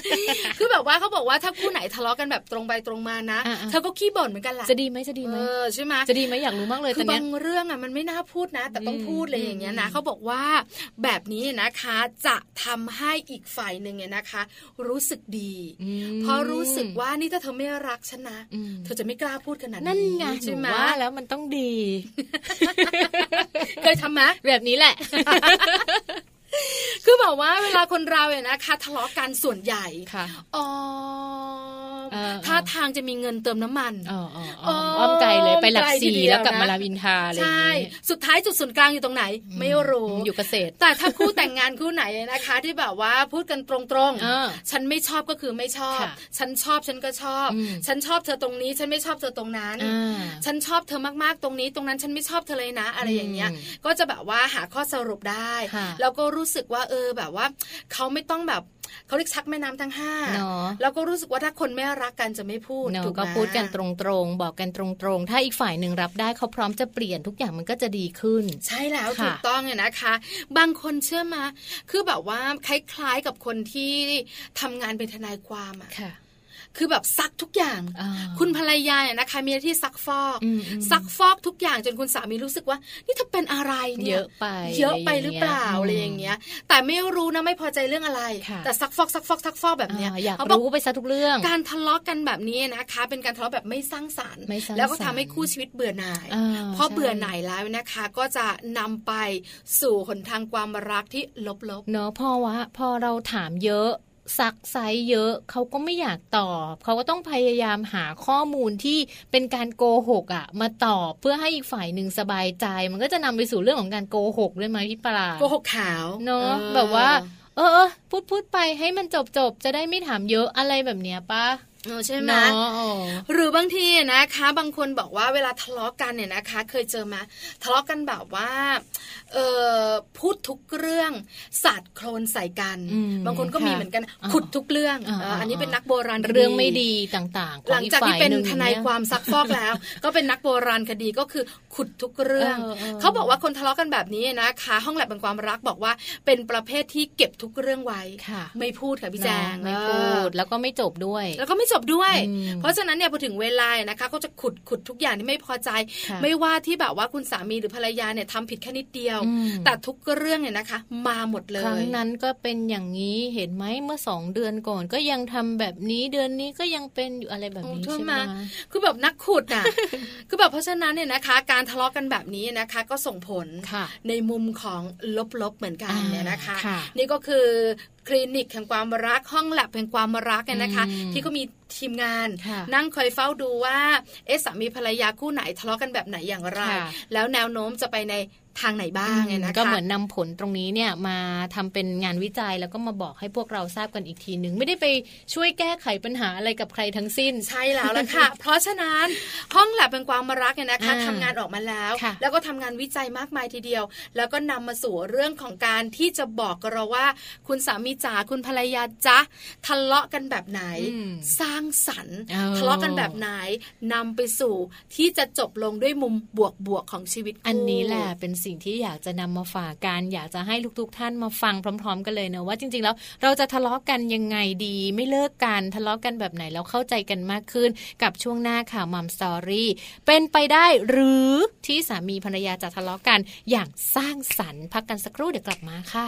คือแบบว่าเขาบอกว่าถ้าคู่ไหนทะเลาะกันแบบตรงไปตรงมานะ อ่ะๆ เธอก็ขี้บ่นเหมือนกันแหละ จะดีไหมจะดีไหม เออใช่ไหม จะดีไหมอยากรู้มากเลยต คือ อน เนี้ บาย งเรื่องอ่ะมันไม่น่าพูดนะ แต่ต้อง อืม พูดเลยอย่างเงี้ยนะเขาบอกว่าแบบนี้นะคะจะทำให้อีกฝ่ายหนึ่งเนี่ยนะคะ รู้สึกดี อืม เพราะรู้สึกว่านี่ถ้าเธอไม่รักฉันนะ อืม เธอจะไม่กล้าพูดขนาดนี้ นั่นไงห ใช่ นู ไหม ว่าแล้วมันต้องดี เคยทำไหม แบบนี้แหละ คือแบบว่าเวลาคนเราเนี่ยนะคะทะเลาะกันส่วนใหญ่ ค่ะ อ๋อ เออเออ ท่าทางจะมีเงินเติมน้ำมัน อ๋ออ๋ออ๋ออ้อมไกลเลยไปหลัก อ้อมไกลที สี่ เดียว แล้วกลับ นะ มาลามอินทราอะไรอย่าง ใช่ งี้ สุดท้ายจุดศูนย์กลางอยู่ตรงไหน ไม่รู้ อยู่เกษตร แต่ถ้าคู่แต่งงานคู่ไหนนะคะ ที่แบบว่าพูดกันตรง เออ ฉันไม่ชอบก็คือไม่ชอบ ค่ะ ฉันชอบฉันก็ชอบ อืม ฉันชอบเธอตรงนี้ ฉันไม่ชอบเธอตรงนั้น อ่า ฉันชอบเธอมากๆตรงนี้ ตรงนั้นฉันไม่ชอบเธอเลยนะ อะไรอย่างเงี้ย อืม ก็จะแบบว่าหาข้อสรุปได้ ค่ะ แล้วก็รู้สึกว่าเออแบบว่าเขาไม่ต้องแบบเขาเรียกชักแม่น้ำทั้งห้า เนอะ แล้วก็รู้สึกว่าถ้าคนไม่รักกันจะไม่พูด เนาะ ถูกไหม ก็พูดกันตรงๆ บอกกันตรงๆ ถ้าอีกฝ่ายหนึ่งรับได้เขาพร้อมจะเปลี่ยนทุกอย่างมันก็จะดีขึ้น ใช่แล้ว ค่ะ ถูกต้องเนี่ยนะคะ บางคนเชื่อมา คือแบบว่าคล้ายๆกับคนที่ทำงานเป็นทนายความอะคือแบบซักทุกอย่าง อ่า คุณภรรยาเนี่ยนะคะมีหน้าที่ซักฟอก อืมอืม ซักฟอกทุกอย่างจนคุณสามีรู้สึกว่า นี่เธอเป็นอะไร เย เนี่ย อะไป เยอะไปหรือเปล่าอะไรอย่าง งี้ เงี้ย แต่ไม่รู้นะไม่พอใจเรื่องอะไร ค่ะ แต่ซักฟอกซักฟอกซักฟอกแบบเนี้ย อ่าอยาก เขบ รู้ไปซะทุกเรื่อง การทะเลาะกันแบบนี้นะคะ เป็นการทะเลาะแบบไม่สร้างสรรค์ ไม่สร้างสรรค์ แล้วก็ทำให้คู่ชีวิตเบื่อหน่าย อ่า เพราะ ใช่ เบื่อหน่ายแล้วนะคะ ก็จะนำไปสู่หนทางความรักที่ลบ เนาะพอวะพอเราถามเยอะซักไซส์เยอะเขาก็ไม่อยากตอบ เขาก็ต้องพยายามหาข้อมูลที่เป็นการโกหกอะ่ะ มาตอบเพื่อให้อีกฝ่ายหนึ่งสบายใจ มันก็จะนำไปสู่เรื่องของการโกหกด้วยไหมพี่ปลา ๆ โกหกขาว เนาะ ออ แบบว่า เออเออพูดพูดไปให้มันจบจบจะได้ไม่ถามเยอะอะไรแบบเนี้ยปะ เออใช่ไหม เนาะอ๋อ หรือบางทีนะคะ บางคนบอกว่าเวลาทะเลาะกันเนี่ยนะคะ เคยเจอไหมาทะเลาะกันแบบว่าเออพูดทุกเรื่องสาดโคลนใส่กัน อืม บางคนก็มีเหมือนกัน ค่ะ ขุดทุกเรื่อง อ่า เอออันนี้เป็นนักโบราณคดี เรื่องไม่ดีต่างๆขอ หลัง อีก จากที่ ฝ่ เป็น หง ทนาย เ ความซักฟอกแล้ว ก็เป็นนักโบราณคดีก็คือขุดทุกเรื่อง เออเออ เขาบอกว่าคนทะเลาะกันแบบนี้นะคะห้องแลบเป็นความรักบอกว่าเป็นประเภทที่เก็บทุกเรื่องไว้ ค่ะ ไม่พูดค่ะพี่แจง เนาะไม่พูด เออ แล้วก็ไม่จบด้วย แล้วก็ไม่จ จบด้วย อืม เพราะฉะนั้นเนี่ยพอถึงเวลาเนี่ยนะคะก็จะขุดขุดทุกอย่างที่ไม่พอใจ ค่ะ ไม่ว่าที่แบบว่าคุณสามีหรือภรรยาเนี่ยทำผิดแค่นิดเดียว อืม แต่ทุกเรื่องเนี่ยนะคะ มาหมดเลย ครั้งนั้นก็เป็นอย่างนี้เห็นไหมเมื่อสองเดือนก่อน ก็ยังทำแบบนี้เดือนนี้ก็ยังเป็นอยู่อะไรแบบนี้ โอ้ใช่ ใช่ ไห ไห ม ม คือแบบนักขุดน่ะ คือแบบเพราะฉะนั้นเนี่ยนะคะ การทะเลาะกันแบบนี้นะคะ ก็ส่งผล ค่ะ ในมุมของลบๆเหมือนกันเนี่ยนะคะ อ่าค่ะ นี่ก็คือคลินิกแห่งความรักห้องแลบแห่งความรักเนี่ยนะคะ อืม ที่ก็มีทีมงาน ค่ะ นั่งคอยเฝ้าดูว่าเอ๊ะสามีภรรยาคู่ไหนทะเลาะกันแบบไหนอย่างไร ค่ะ แล้วแนวโน้มจะไปในทางไหนบ้างเนี่ยนะคะ ก็เหมือนนำผลตรงนี้เนี่ยมาทำเป็นงานวิจัยแล้วก็มาบอกให้พวกเราทราบกันอีกทีหนึ่งไม่ได้ไปช่วยแก้ไขปัญหาอะไรกับใครทั้งสิ้น ใช่แล้วล่ะค่ะ เพราะฉะนั้นห้องแลบเป็นความรักเนี่ยนะคะ อ่า ทำงานออกมาแล้ว ค่ะ แล้วก็ทำงานวิจัยมากมายทีเดียว แล้วก็นำมาสู่เรื่องของการที่จะบอกเราว่า คุณสามีจ๋าคุณภรรยาจ๊ะทะเลาะกันแบบไหน อืม สร้างสรรค์ เออ ทะเลาะกันแบบไหนนำไปสู่ที่จะจบลงด้วยมุมบวกบวกๆของชีวิตคู่ อันนี้แหละเป็นสิ่งที่อยากจะนำมาฝากกัน อยากจะให้ทุกๆท่านมาฟังพร้อม ๆ กันเลยนะว่าจริงๆแล้วเราจะทะเลาะกันยังไงดี ไม่เลิกกันทะเลาะกันแบบไหนแล้วเข้าใจกันมากขึ้น กับช่วงหน้าข่าวมัมสตอรี่เป็นไปได้หรือที่สามีภรรยาจะทะเลาะกันอย่างสร้างสรรค์พักกันสักครู่เดี๋ยวกลับมาค่ะ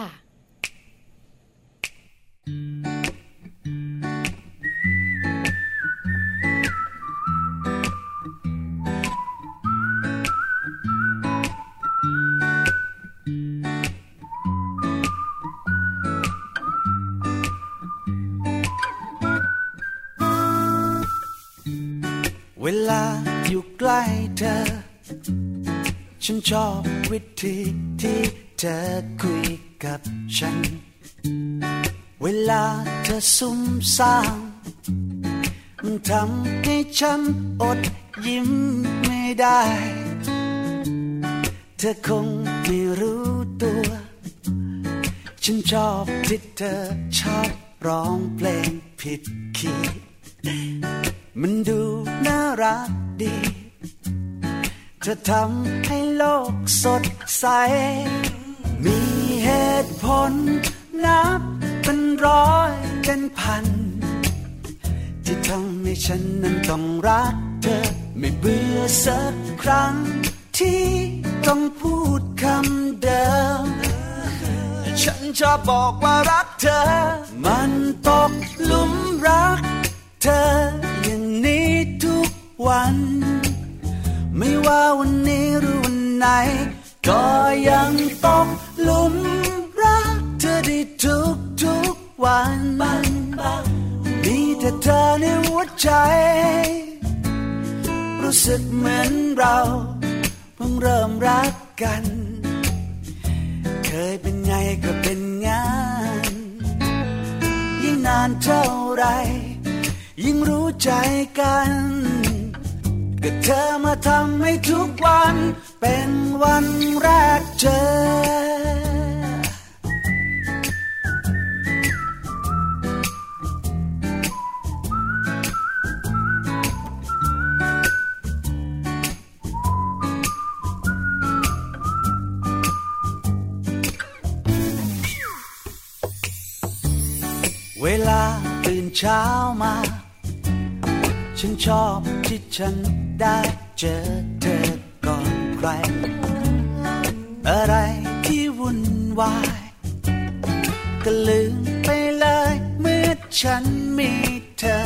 เวลาอยู่ใกล้เธอ ฉันชอบวิธีที่เธอคุยกับฉัน เวลาเธอซุ่มซ่ามมันทำให้ฉันอดยิ้มไม่ได้ เธอคงไม่รู้ตัว ฉันชอบที่เธอชอบร้องเพลงผิดคีย์ มันดูน่ารักดี เธอทำให้โลกสดใส มีเหตุผลนับเป็นร้อยเป็นพัน ที่ทำให้ฉันนั้นต้องรักเธอ ไม่เบื่อสักครั้ง ที่ต้องพูดคำเดิม ฉันจะบอกว่ารักเธอ มันตกหลุมรัก เธออย่างนี้ทุกวัน ไม่ว่าวันนี้หรือวันไหน ก็ยังตกหลุมรักเธอได้ทุกทุกๆวันมีแต่เธอในหัวใจ รู้สึกเหมือนเราเพิ่งเริ่มรักกัน เคยเป็นไงก็เป็นงาน ยิ่งนานเท่าไร ยิ่งรู้ใจกัน ก็เธอมาทำให้ทุกวัน เป็นวันแรกเจอ เวลาตื่นเช้ามา ฉันชอบที่ฉันได้เจอเธอก่อนใคร อะไรที่วุ่นวาย ก็ลืมไปเลยเมื่อฉันมีเธอ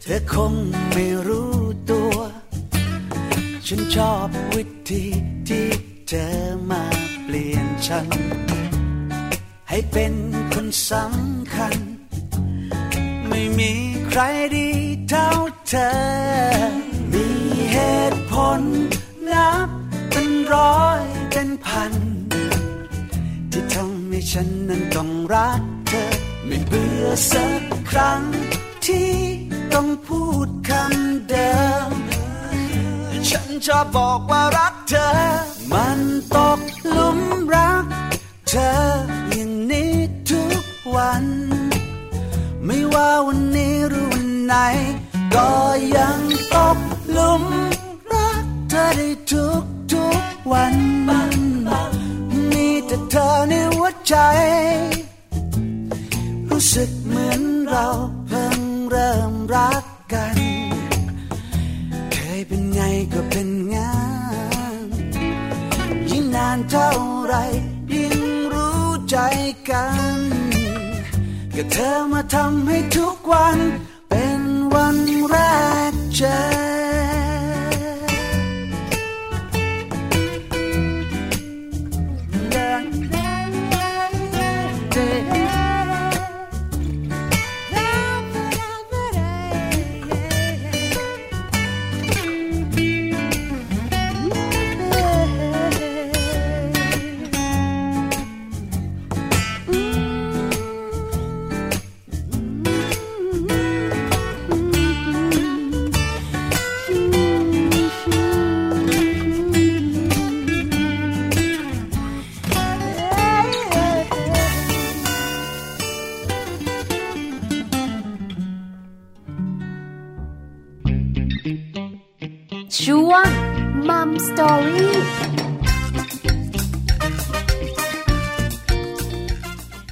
เธอคงไม่รู้ตัว ฉันชอบวิธีที่เธอมาเปลี่ยนฉัน ให้เป็นคนสำคัญ ไม่มีใครดีเท่าเธอ มีเหตุผลนับเป็นร้อยเป็นพัน ที่ทำให้ฉันนั้นต้องรักเธอ ไม่เบื่อสักครั้ง ที่ต้องพูดคำเดิม ฉันจะบอกว่ารักเธอ มันตกหลุมรัก เธออย่างนี้ทุกวัน ไม่ว่าวันนี้หรือวันไหน ก็ยังตกหลุมรักเธอได้ทุกทุกๆวัน มีแต่เธอในหัวใจ รู้ สึกเหมือนเราเพิ่งเริ่มรักกัน เคยเป็นไงก็เป็นงาน ยิ่งนานเท่าไร ยิ่งรู้ใจกัน ก็เธอมาทำให้ทุกวัน เป็นวันแรกเจอ ช่วงมัมสตอรี่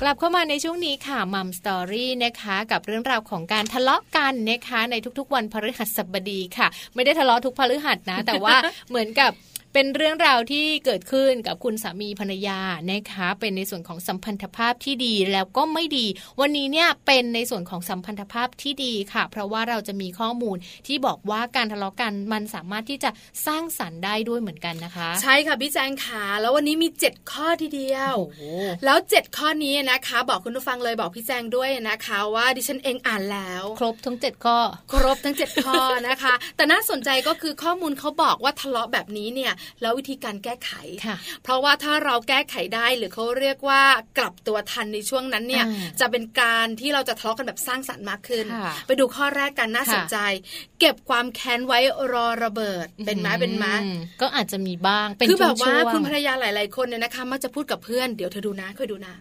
กลับเข้ามาในช่วงนี้ค่ะมัมสตอรี่นะคะกับเรื่องราวของการทะเลาะกันนะคะในทุกๆ วันพฤหัสบดีค่ะ ไม่ได้ทะเลาะทุกพฤหัสนะ แต่ ว่า เหมือนกับเป็นเรื่องราวที่เกิดขึ้นกับคุณสามีภรรยานะคะ เป็นในส่วนของสัมพันธภาพที่ดีแล้วก็ไม่ดี วันนี้เนี่ยเป็นในส่วนของสัมพันธภาพที่ดีค่ะ เพราะว่าเราจะมีข้อมูลที่บอกว่าการทะเลาะกันมันสามารถที่จะสร้างสรรค์ได้ด้วยเหมือนกันนะคะ ใช่ค่ะพี่แจงขาแล้ววันนี้มี 7 ข้อทีเดียว โอ้โห แล้ว 7 ข้อนี้นะคะ บอกคุณผู้ฟังเลยบอกพี่แจงด้วยนะคะ ว่าดิฉันเองอ่านแล้ว ครบทั้งเจ็ดข้อ ครบทั้ง 7 ข้อนะคะ แต่น่าสนใจก็คือข้อมูลเขาบอกว่าทะเลาะแบบนี้เนี่ยแล้ววิธีการแก้ไข ค่ะ เพราะว่าถ้าเราแก้ไขได้หรือเขาเรียกว่ากลับตัวทันในช่วงนั้นเนี่ย อ่า จะเป็นการที่เราจะทะเลาะกันแบบสร้างสรรค์มากขึ้น ค่ะ ไปดูข้อแรกกันน่า ค่ะ สนใจ เก็บความแค้นไว้รอระเบิดเป็นไหมเป็นไหม อืก็อาจจะมีบ้างเป็น คือแบบว่า ช่งๆ คุณภรรยาหลาย ๆ คนเนี่ยนะคะมักจะพูดกับเพื่อนเดี๋ยวเธอดูนะคอยดูนะ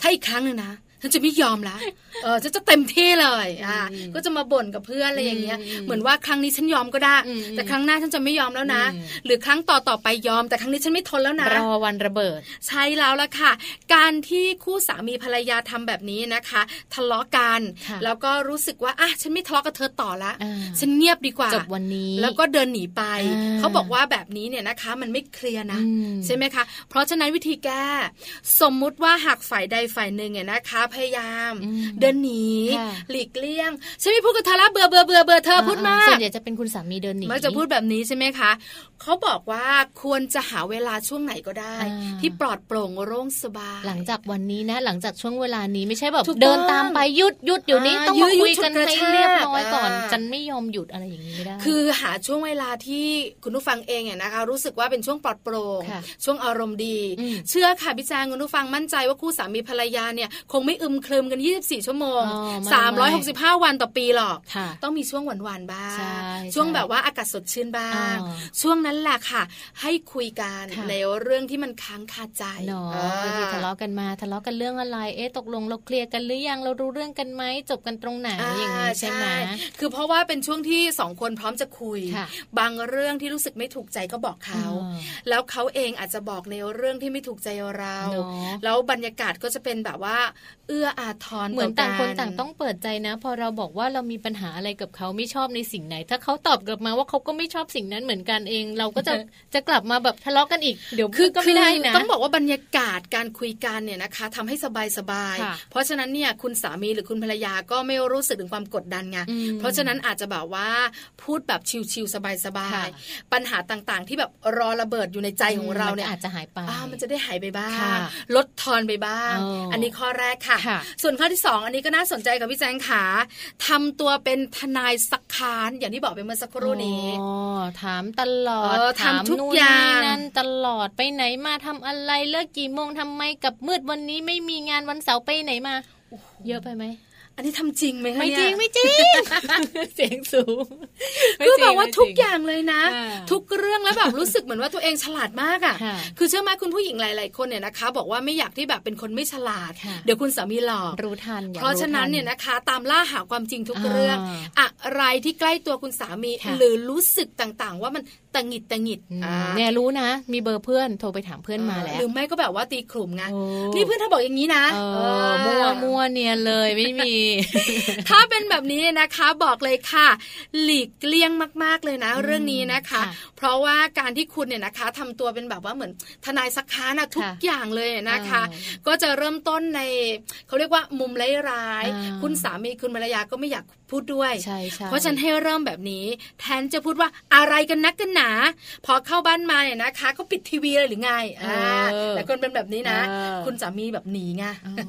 ถ้าอีกครั้งหนึ่งนะฉันจะไม่ยอมละเออฉันจะเต็มที่เลยอ่าก็จะมาบ่นกับเพื่อนอะไรอย่างเงี้ยเหมือนว่าครั้งนี้ฉันยอมก็ได้ อืม แต่ครั้งหน้าฉันจะไม่ยอมแล้วนะ หรือครั้งต่อต่อๆไปยอม แต่ครั้งนี้ฉันไม่ทนแล้วนะ รอวันระเบิด ใช่แล้วล่ะค่ะ การที่คู่สามีภรรยาทำแบบนี้นะคะ ทะเลาะกัน ค่ะ แล้วก็รู้สึกว่าอ่ะฉันไม่ทะเลาะกับเธอต่อละ อ่า ฉันเงียบดีกว่า จบวันนี้ แล้วก็เดินหนีไป อ่า เขาบอกว่าแบบนี้เนี่ยนะคะ มันไม่เคลียร์นะ อืม ใช่ไหมคะเพราะฉะนั้นวิธีแก้สมมุติว่าหากฝ่ายใดฝ่ายหนึ่งเนี่ยนะคะ พยายาม อืม เดินหนี ค่ะ หลีกเลี่ยงฉันไม่พูดกับเธอละเบื่อเบื่อเบื่อเบื่อเธออา พูดมา ส่ ก วนใหญ่จะเป็นคุณสามีเดินหนี มักจะพูดแบบนี้ใช่ไหมคะ เขาบอกว่าควรจะหาเวลาช่วงไหนก็ได้ อ่า ที่ปลอดโปร่งโล่งสบาย หลังจากวันนี้นะ หลังจากช่วงเวลานี้ไม่ใช่แบบ ถูกต้อง เดินตามไปหยุดหยุดเดี๋ยวนี้ อ่า ต้อง ยื้ มา อยุด คุยกัน ฉุดกระ ให้ ชาก เรียบร้อยก่อน อ่า จันไม่ยอมหยุดอะไรอย่างนี้ไม่ได้ คือหาช่วงเวลาที่คุณผู้ฟังเองเนี่ยนะคะ รู้สึกว่าเป็นช่วงปลอดโปร่ง ค่ะ ช่วงอารมณ์ดี อืม เชื่อค่ะพี่แจางคุณผู้ฟังมั่นใจว่าคู่สามีภรรยาเนี่ยคงไม่อึมครึมกัน 24 ชั่วโมง อ๋อไม่ 365 วันต่อปีหรอก ค่ะ ต้องมีช่วงหวานๆบ้าง ใช่ ช่วง ใช่ แบบว่าอากาศสดชื่นบ้าง อ๋อ ช่วงนั้นแหละค่ะ ให้คุยกัน ค่ะ ในเรื่องที่มันค้างคาใจ เนาะ อ่า บางทีทะเลาะกันมาทะเลาะกันเรื่องอะไร เอ๊ะตกลงเราเคลียร์กันหรือยังเรารู้เรื่องกันไหมจบกันตรงไหนอย่างนี้ใช่ไหม อ่าคือเพราะว่าเป็นช่วงที่สองคนพร้อมจะคุย ค่ะ บางเรื่องที่รู้สึกไม่ถูกใจก็บอกเขา อ่า แล้วเขาเองอาจจะบอกในเรื่องที่ไม่ถูกใจเรา เนอะ แล้วบรรยากาศก็จะเป็นแบบว่า เอื้ออาทร เหมือน ต่ ต่างคน กั ต่างต้องเปิดใจนะ พอเราบอกว่าเรามีปัญหาอะไรกับเขาไม่ชอบในสิ่งไหน ถ้าเขาตอบกลับมาว่าเขาก็ไม่ชอบสิ่งนั้นเหมือนกันเอง เราก็จะ จะกลับมาแบบทะเลาะกันอีก เดี๋ยว คื คือ อ ก็ ก็ ไม่ ไม่ ได้ ได้ นะ นะ ต้องบอกว่าบรรยากาศการคุยกันเนี่ยนะคะทำให้สบายสบายๆ ค่ะ เพราะฉะนั้นเนี่ยคุณสามีหรือคุณภรรยาก็ไม่รู้สึกถึงความกดดันไง อืม เพราะฉะนั้นอาจจะแบบว่าพูดแบบชิวๆสบา ค่ะ ยๆปัญหาต่างๆ ที่แบบรอระเบิดอยู่ในใจของเราเนี่ย มัอาจจะหายไป อ่ามันจะได้หายไปบ้าง ค่ะ ลดทอนไปบ้าง อ๋ออั อันนี้ข้อแรกค่ะ ค่ะ ส่วนข้อที่ 2 อันนี้ก็น่าสนใจกับพี่แจงขาทำตัวเป็นทนายสักค้านอย่างที่บอกไปเมื่อสักครู่นี้ อ๋อถามตลอด เออ ถาม ทำทุก นู่น อย่า นี่ ง นั่นตลอดไปไหนมาทำอะไรเลิกกี่โมงทำไมกลับมืดวันนี้ไม่มีงานวันเสาร์ไปไหนมา เยอะไปไหม อันนี้ทำจริงไหมคะ ไม่จเนี่ยริงไม่จริง เสียงสูง คือแบบว่าทุกอย่างเลยนะ อ่า ทุกเรื่องแล้วแบบรู้สึกเหมือนว่าตัวเองฉลาดมากอ่ะ ค่ะ คือเชื่อไหมคุณผู้หญิงหลาย ๆ คนเนี่ยนะคะ บอกว่าไม่อยากที่แบบเป็นคนไม่ฉลาด ค่ะ เดี๋ยวคุณสามีหลอก รู้ทันอย่ เพราะฉะนั้น ทั เนี่ยนะคะตามล่าหาความจริงทุก อ่า เรื่อง อะไรที่ใกล้ตัวคุณสามี ค่ะ หรือรู้สึกต่างๆ ว่ามันเ แต่หงิดแต่หงิด อืม อ่า เนี่ยรู้นะ มีเบอร์เพื่อนโทรไปถามเพื่อนมาแล้ว หรือไม่ก็แบบว่าตีขลุ่มไง โอ้ นี่เพื่อนเธอบอกอย่างนี้นะ เออเออ มั่วมั่วเนียนเลยไม่มี ถ้าเป็นแบบนี้นะคะบอกเลยค่ะ หลีกเลี่ยงมาก ๆเลยนะ เรื่องนี้นะคะ ค่ะ เพราะว่าการที่คุณเนี่ยนะคะทำตัวเป็นแบบว่าเหมือนทนายสักค้านะทุก ค่ะ อย่างเลยนะคะ อ่า ก็จะเริ่มต้นในเขาเรียกว่ามุมร้าย อ่า ๆคุณสามีคุณภรรยาก็ไม่อยากพูดด้วย ใช่ใช่ เพราะฉะนันให้เริ่มแบบนี้ แทนจะพูดว่าอะไรกันนักกันหนา พอเข้าบ้านมาเนี่ยนะคะเขาปิดทีวีเลยหรือไงอ่าแต่คนเป็นแบบนี้นะ เออ คุณสามีแบบหนีไง อ๋อ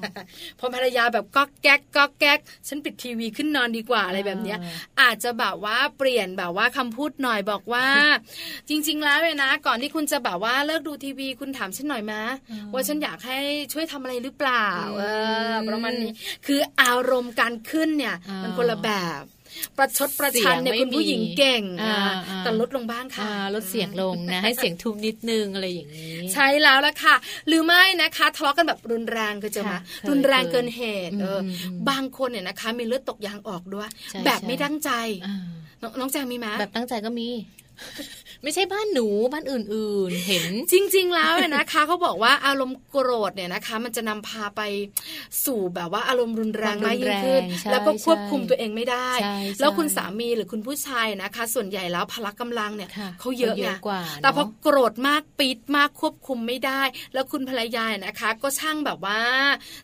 พอภรรยาแบบก็แก๊กก็แก๊กฉันปิดทีวีขึ้นนอนดีกว่าอะไรแบบเนี้ย อ่า อาจจะแบบว่าเปลี่ยนแบบว่าคำพูดหน่อยบอกว่า จริง ๆ แล้วเลยนะ ก่อนที่คุณจะแบบว่าเลิกดูทีวีคุณถามฉันหน่อยมะว่าฉันอยากให้ช่วยทำอะไรหรือเปล่าเออประมาณนี้คืออารมณ์การขึ้นเนี่ย อ่ามั มันคนละแบบ ประชดประชันเนี่ย เสียงไม่ คุณผู้หญิงเก่ง มีอ่า อ่า อ่า แต่ลดลงบ้างค่ะ อ่าลดเสียงลงนะ ให้เสียงทุ้มนิดนึงอะไรอย่างนี้ ใช่แล้วล่ะค่ะ หรือไม่นะคะทะเลาะกันแบบรุนแรงก็จะมา ค่ะเคย รุนแรงเกินเหตุเอออ มอืม บางคนเนี่ยนะคะ มีเลือดตกยางออกด้วย ใช่ แบบ ใช่ ไม่ตั้งใจ อ่า น้องน้องแจงมีไหม แบบตั้งใจก็มี ไม่ใช่บ้านหนูบ้านอื่นๆ เห็น จริง ๆ แล้วเนี่ยนะคะ เขาบอกว่าอารมณ์โกรธเนี่ยนะคะ มันจะนำพาไปสู่แบบว่าอารมณ์รุนแรงมากยิ่งขึ้น ความรุนแรงใช่ แล้วก็ควบคุม ใช่ ตัวเองไม่ได้ ใช่ใช่ แล้วคุณสามีหรือคุณผู้ชายนะคะ ส่วนใหญ่แล้วพละกำลังเนี่ย ค่ะ เขาเยอะไง กว่า แต่พอ เนอะ โกรธมากปีดมากควบคุมไม่ได้ แล้วคุณภรรยาเนี่ยนะคะ ก็ช่างแบบว่า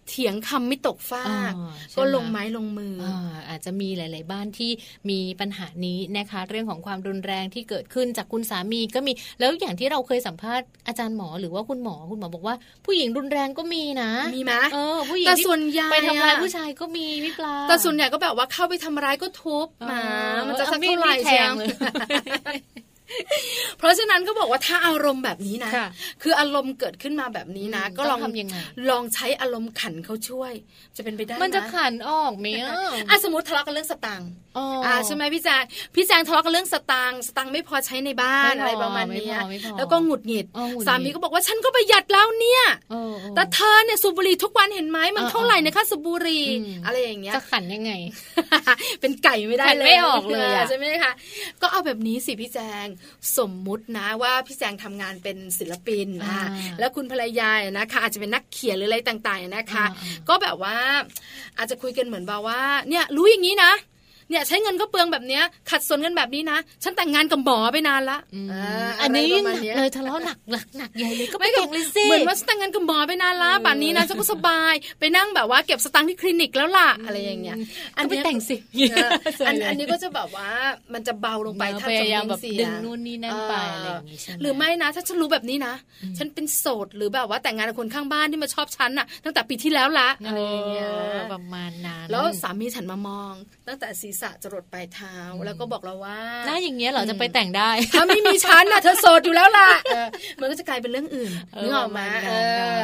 เถียงคำไม่ตกฟาก อ่าใช่ ก็ลง ไหม ไม้ลงมืออ อาอาจจะมีหลาย ๆ บ้านที่มีปัญหานี้นะคะ เรื่องของความรุนแรงที่เกิดขึ้นจากคุณสามีก็มี แล้วอย่างที่เราเคยสัมภาษณ์อาจารย์หมอหรือว่าคุณหมอคุณหมอบอกว่า ผู้หญิงรุนแรงก็มีนะ มีไหม เออผู้หญิง แต่ ที่ ส่วนใหญ่ ไปทำร้าย อะ ผู้ชายก็มีพี่ปลา แต่ส่วนใหญ่ก็แบบว่าเข้าไปทำร้ายก็ทุบหมา มันจะสักเท่าไหร่เชียง เอามีดแทงเลย เพราะฉะนั้นก็บอกว่าถ้าอารมณ์แบบนี้นะ ค่ะ คืออารมณ์เกิดขึ้นมาแบบนี้นะ ก็ลอง ต้ทำยังไง ลองใช้อารมณ์ขันเขาช่วย จะเป็นไปได้ มันจะ ไห ขันออกไหมอ่ะ อ่ะสมมติทะเลาะกันเรื่องสตังค์ อ๋ออ อ่าใช่ไหมพี่แจงพี่แจงทะเลาะกันเรื่องสตางค์สตางค์ไม่พอใช้ในบ้าน ไม่พออ อะไรประมาณไม่เนี้ยพอไม่พอ แล้วก็หงุดหงิด อ๋อหงุดหงิด สามีก็บอกว่าฉันก็ประหยัดแล้วเนี่ย เออเออ แต่เธอเนี่ยสูบบุหรี่ทุกวันเห็นไหมมัน เออ เท่าไหร่ในะค่าสูบบุหรี่ อืม อะไรอย่างเงี้ย จะ ขันยังไง เป็นไก่ไม่ได้ ขัน เลย ไม่ออกเลยอะ ใช่ไหมคะก็เอาแบบนี้สิพี่แจงสมมุตินะว่าพี่แจงทำงานเป็นศิลปิน อ่า อ่ะแล้วคุณภรรยาเนี่ยนะคะ อาจจะเป็นนักเขียนหรืออะไรต่างๆนะคะ อ่าอ่า ก็แบบว่าอาจจะคุยกันเหมือนแบบว่า เนี่ยรู้อย่างนี้นะ เนี่ยใช้เงินก็เปลืองแบบเนี้ย ขัดสนกันแบบนี้นะ ฉันแต่งงานกับหมอไปนานละ อืม า อันนี้ ะไร ยิ่ ป งหระนัมาณก นี้ เลยทะเลาะหนักหนักหนักใหญ่เลยก็ไป ไม่ แข่ กับ งเลยสิ เหมือนว่าฉันแต่งงานกับหมอไปนานละป่านนี้นะฉันก็สบาย ไปนั่งแบบว่าเก็บสตังค์ที่คลินิกแล้วล่ะอะไรอย่างเงี้ย ก็ไป เย แต่งสิ เอออัน สวยเลย อันนี้ก็จะแบบว่ามันจะเบาลงไป เนอะ ถ้า พ จะ ยายามแบบ เสีย ดึงนู่นนี่นั่นไปอะไรอย่างงี้ใช่ไหม หรือไม่นะ ถ้าฉันรู้แบบนี้นะ ฉันเป็นโสดหรือแบบว่าแต่งงานกับคนข้างบ้านที่มาชอบฉันน่ะ ตั้งแต่ปีที่แล้วละอะไรอย่างเงี้ย ออประมาณนั้น แล้วสามีฉันมามอง ตั้งแต่ศีรษะจรดปลายเท้าแล้วก็บอกเราว่า หน้าอย่างเงี้ยเหรอจะไปแต่งได้ ถ้าไม่มีฉันน่ะเธอโสดอยู่แล้วล่ะเออมันก็จะกลายเป็นเรื่องอื่น เ นึกออกไหมา ปร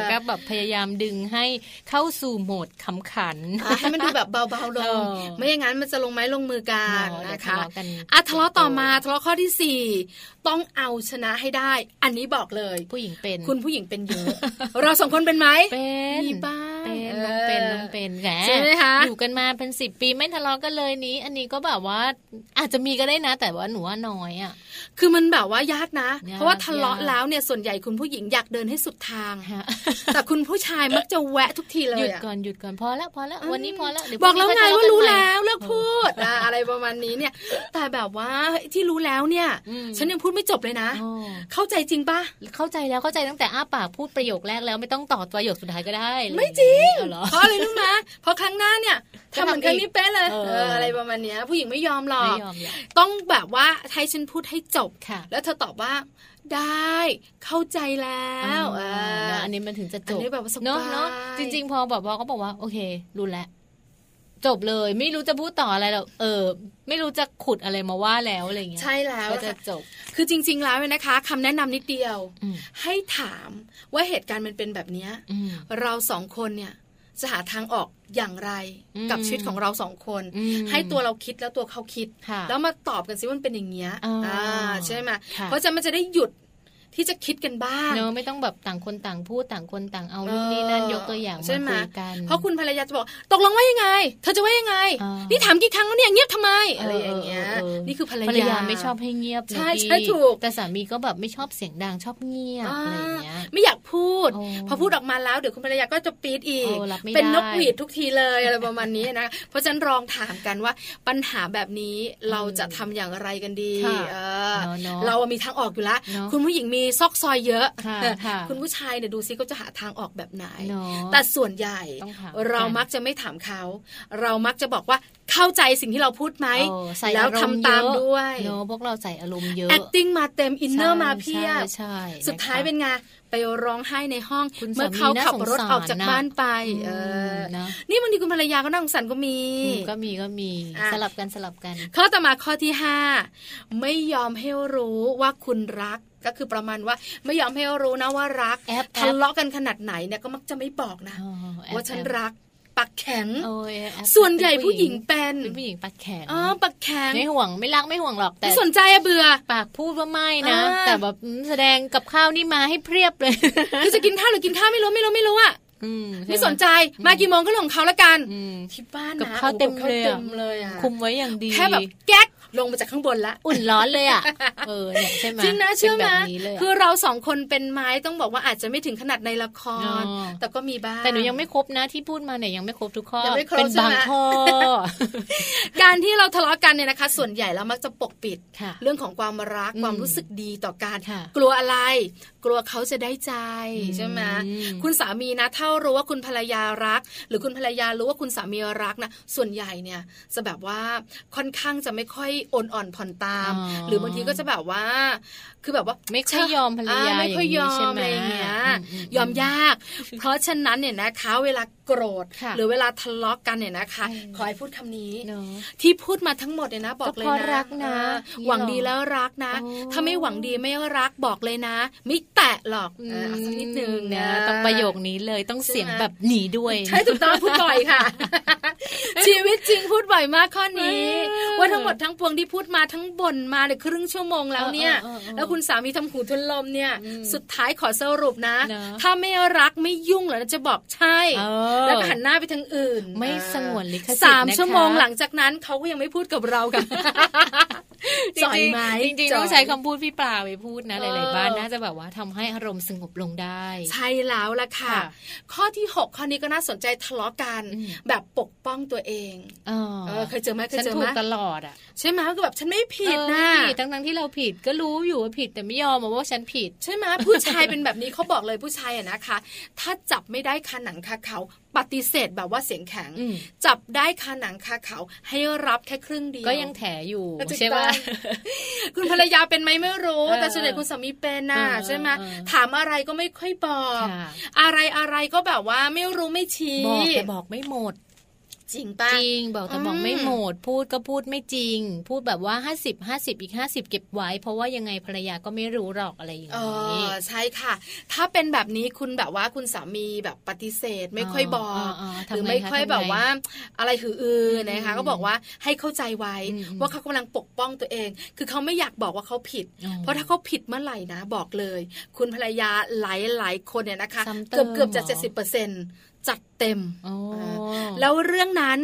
ะณนั้นนะก็แบบพยายามดึงให้เข้าสู่โหมดขำขัน ให้มันดูแบบเบาๆล เอง อ ไม่อย่างนั้นมันจะลงไม้ลงมือกัน เนอะ นะคะ เดี๋ยวทะเลาะกัน อ่ะทะเลาะต่อ เออ มาทะเลาะข้อที่สี่ต้องเอาชนะให้ได้ อันนี้บอกเลย ผู้หญิงเป็น คุณผู้หญิงเป็นเยอะ เราสองคนเป็นไหม เป็น มีบ้าง เป็นน้องเป็นน้องเป็นแหม ใช่ไหมคะ อยู่กันมาเป็นสิบปีไม่ทะเลาะกันเลยนี้ อันนี้ก็แบบว่าอาจจะมีก็ได้นะ แต่ว่าหนูว่าน้อยอ่ะ คือมันแบบว่ายากนะ ยาก เพราะว่าทะเลาะ ยาก แล้วเนี่ยส่วนใหญ่คุณผู้หญิงอยากเดินให้สุดทาง ฮะ แต่คุณผู้ชายมักจะแวะทุกทีเลย หยุด อะ ก่อนหยุดก่อนพอแล้วพอแล้ววันนี้พอแล้วเดี๋ยว บอกแล้ว พ ไง นี้ค่อยทะว่าเกัน รู้ ใหม่ แล้วเลิกพูดอ่ะอะไรประมาณนี้เนี่ย แต่แบบว่าเฮ้ยที่รู้แล้วเนี่ย อืม ฉันยังพูดไม่จบเลยนะ อ๋อ เข้าใจจริงปะ เข้าใจแล้วเข้าใจตั้งแต่อ้าปากพูดประโยคแรกแล้วไม่ต้องต่อประโยคสุดท้ายก็ได้อะ ไม่จริง เอาเหรอ เพราะอะไร รู้ไหมเพราะครั้งหน้าเนี่ย จะ ทำ ทำ เหมือนครั้งนี้เป๊ะเลย อีก เอ เออ อ อ อะไรประมาณเนี้ย ผู้หญิงไม่ยอมหรอ ไม่ ก ยอมหรอก ต้องแบบว่าให้ฉันพูดให้จบ ค่ะ แล้วเธอตอบว่า ได้เข้าใจแล้วเออ นะ อั อันนี้มันถึงจะจบ อันนี้แบบว่าสบาย เนาะเนาะจริง ๆ พอแบบพอเขาบอกว่า โอเครู้แล้วจบเลย ไม่รู้จะพูดต่ออะไรแล้วเออ ไม่รู้จะขุดอะไรมาว่าแล้วอะไรอย่างเงี้ย ใช่แล้ว ก็จะ ค่ะ จบ คือจริง ๆ แล้วเนี่ยนะคะคำแนะนำนิดเดียว อืม ให้ถามว่าเหตุการณ์มันเป็นแบบเนี้ย อืม เราสองคนเนี่ยจะหาทางออกอย่างไร อืม กับชีวิตของเราสองคน อืม ให้ตัวเราคิดแล้วตัวเขาคิด ค่ะ แล้วมาตอบกันซิว่ามันเป็นอย่างเงี้ย อ๋ออ่ าใช่ไหม ค่ะ เพราะจะมันจะได้หยุด ที่จะคิดกันบ้าง เนอะไม่ต้องแบบต่างคนต่างพูดต่างคนต่างเอานู่นนี่นั่น เออย กตัวอย่าง ใช่ไหม มาคุยกัน เพราะคุณภรรยาจะบอกตกลงว่ายังไง เธอจะว่ายังไง อ่านี่ นี่ถามกี่ครั้งแล้วเนี่ยเงียบทำไมอะไร เออ อ อย่าง เงี้ย เออเออ นี่คือภรร ภรร ยา ยาไม่ชอบให้เงียบนะ ใช่ พี่ ใช่ถูก แต่สามีก็แบบไม่ชอบเสียงดังชอบเงียบอะไรอย่างเงี้ย ไม่อยากพูด โอ้ พอพูดออกมาแล้วเดี๋ยวคุณภรรยาก็จะปีดอีก โอ้รับไม่ เป็น ได้ นกหวีดทุกทีเลยอะไรประมาณนี้นะ เพราะฉะนั้นลองถามกันว่าปัญหาแบบนี้เราจะทำอย่างไรกันดี ค่ะ เออ เนอะ เรามีทางออกอยู่ละ เนอะ คุณผู้หญิงมีซอกซอยเยอะ ค่ะค่ะ คุณผู้ชายเนี่ยดูซิเขาจะหาทางออกแบบไหน เนอะ แต่ส่วนใหญ่ ต้องถาม เรามักจะไม่ถามเขา เรามักจะบอกว่าเข้าใจสิ่งที่เราพูดไหม เออใส่ แล้ว อร ทำ มณ์ ตาม เยอะ ด้วย เนอะพวกเราใส่อารมณ์เยอะ acting มาเต็ม inner มาเพียบ ใช่ใช่ สุดท้ายเป็นไงไปร้องไห้ในห้อง คุณ เมื่อ สามี เขาขับรถ น่าสงสาร ออกจาก นะ บ้านไป อืม เออ นะ นี่บางทีคุณภรรยาก็นั่าสงสั่นก็มี อืมก็มีก็มี อ่ะ สลับกันสลับกัน ข้อต่อมาข้อที่ 5 ไม่ยอมให้รู้ว่าคุณรักก็คือประมาณว่าไม่ยอมให้รู้นะว่ารัก แอบ ทะเลาะกันขนาดไหนเนี่ยก็มักจะไม่บอกนะ อ๋อแอบ ว่าฉัน แอบ รักปักแข็ง โอ้ยแอบ ส่วนใหญ่ผู้หญิงเป็น เป็นผู้หญิงปัดแขน อ๋อปักแข็ง ไม่ห่วงไม่รักไม่ห่วงหรอกแต่ ไม่สนใจอะเบื่อ ปากพูดว่าไม่นะ อ่า แต่แบบอืมแสดงกับข้าวนี่มาให้เพียบเลย คือจะกินข้าวหรือกินข้าวไม่รู้ไม่รู้ไม่รู้อะ อืใช่ห ไม่สนใจมากี่โมงก็เรื่องของเขาละกัน อืม ที่บ้านนะ กับข้าว โอ้ เต็มเลยอะ กับข้าวต็มเลยอะ คุมไว้อย่างดี แค่แบบแก๊กลงมาจากข้างบนละ อุ่นร้อนเลยอ่ะ เออเนี่ยใช่ไหม จริงนะเชื่อป็นไหมแบบนี้เลยอะ คือเราสองคนเป็นไม้ต้องบอกว่าอาจจะไม่ถึงขนาดในละคร อ๋อ แต่ก็มีบ้าง แต่หนูยังไม่ครบนะที่พูดมาเนี่ยยังไม่ครบทุกข้อ ยังไม่ครบ เป็นบาง ใช่ไหม ข้อ การที่เราทะเลาะกันเนี่ยนะคะ ส่วนใหญ่เรามักจะปกปิด ค่ะ เรื่องของความรัก อืม ความรู้สึกดีต่อการ ค่ะ กลัวอะไร กลัวเขาจะได้ใจ อืม ใช่ไหมคุณสามีนะถ้ารู้ว่าคุณภรรยารัก หรือคุณภรรยารู้ว่าคุณสามีรักนะส่วนใหญ่เนี่ยจะแบบว่าค่อนข้างจะไม่ค่อยอ่อนอ่อนผ่อนตาม อ๋อ หรือบางทีก็จะแบบว่า คือแบบว่า ไม่ค่อยยอมภรรยา อ่ไม่ อางนี้ ค่อยยอ ใช่ ม ห อะไรอย่างเงี้ย อืม ยอม ยาก เพราะฉะนั้นเนี่ยนะคะเวลาโกรธ ค่ะ หรือเวลาทะเลาะกันเนี่ยนะคะ อืม ขอให้พูดคำนี้ เนอะ ที่พูดมาทั้งหมดเนี่ยนะ บอกเลย ก็เพ นะ ราะรักนะ เออหวังดีแล้วรักนะ โอ้ ถ้าไม่หวังดีไม่รักบอกเลยนะ ไม่แตะหรอกเออเอาสักนิดนึง อืม นะ นะต้องประโยคนี้เลยต้องเสียงแบบหนีด้วย ใช่ถูกต้องพูดบ่อยค่ะ ชีวิตจริงพูดบ่อยมากข้อนี้ เออ ว่าทั้งหมดทั้งปวงที่พูดมาทั้งบ่นมาเลยครึ่งชั่วโมงแล้วเนี่ย เออเออเออ แล้วคุณสามีทำหูทนลมเนี่ย อืม สุดท้ายขอสรุปนะ เนอะ ถ้าไม่รักไม่ยุ่งเหรอจะบอกใช่ เออ แล้วก็หันหน้าไปทางอื่น ไม่สงวนลิขสิทธิ์ สาม นะคะ ชั่วโมงหลังจากนั้นเขาก็ยังไม่พูดกับเรากัน จ จ่อย ริง ไหม ๆจริง จ่ ๆ ย ต้องใช้คำพูดพี่ปลาไปพูดนะ ห เออ ลายๆบ้านน่าจะแบบว่าทำให้อารมณ์สงบลงได้ ใช่แล้วล่ะค่ะ ค่ะ ข้อที่ 6 ข้อนี้ก็น่าสนใจทะเลาะกัน อืม แบบปกป้องตัวเอง เออ เออเคยเจอไหมเคย ฉัน เจอ ถู ไหม กตลอดอ่ะ ใช่ไหมก็แบบฉันไม่ผิดนะ เออผิดทั้งๆที่เราผิดก็รู้อยู่ว่าผิดแต่ไม่ยอมอะว่าฉันผิด ใช่ไหมผู้ชายเป็นแบบนี้เขาบอกเลยผู้ชายอะนะคะ ถ้าจับไม่ได้คาหนังคาเขาปฏิเสธแบบว่าเสียงแข็ง อืม จับได้คาหนังคาเขาให้รับแค่ครึ่งเดียว ก็ยังแถอยู่ ก็ถูก ใช่ ต้ ปะ อง คุณภรรยาเป็นไหมไม่รู้ เออ แต่ส่วนใหญ่คุณสามีเป็นน่ะ เออ ใช่ไหม เออ ถามอะไรก็ไม่ค่อยบอก ค่ะ อะไรอะไรก็แบบว่าไม่รู้ไม่ชี้ บอกแต่บอกไม่หมด จริงป่ะ จริงบอกแต่ อืม บอกไม่หมด พูดก็พูดไม่จริง พูดแบบว่า 50 50 อีก 50 เก็บไว้ เพราะว่ายังไงภรรยาก็ไม่รู้หรอกอะไรอย่าง เอ นี้ อใช่ค่ะ ถ้าเป็นแบบนี้คุณแบบว่าคุณสามีแบบปฏิเสธไม่ค่อยบอก อ๋ออ๋อทำไง หรือไม่ คะ ค่อย ทำไง แบบว่าอะไรหืออือนะคะ อืม ก็บอกว่าให้เข้าใจไว้ อืม ว่าเขากำลังปกป้องตัวเอง คือเขาไม่อยากบอกว่าเขาผิด อ๋อ เพราะถ้าเขาผิดเมื่อไหร่นะบอกเลย คุณภรรยาหลายหลายๆคนเนี่ยนะคะ ซ้ำเติ เกือ ม บเกือบๆจะ เหรอ เจ็ดสิบเปอร์เซ็นจัดเต็ม โอ้ แล้วเรื่องนั้น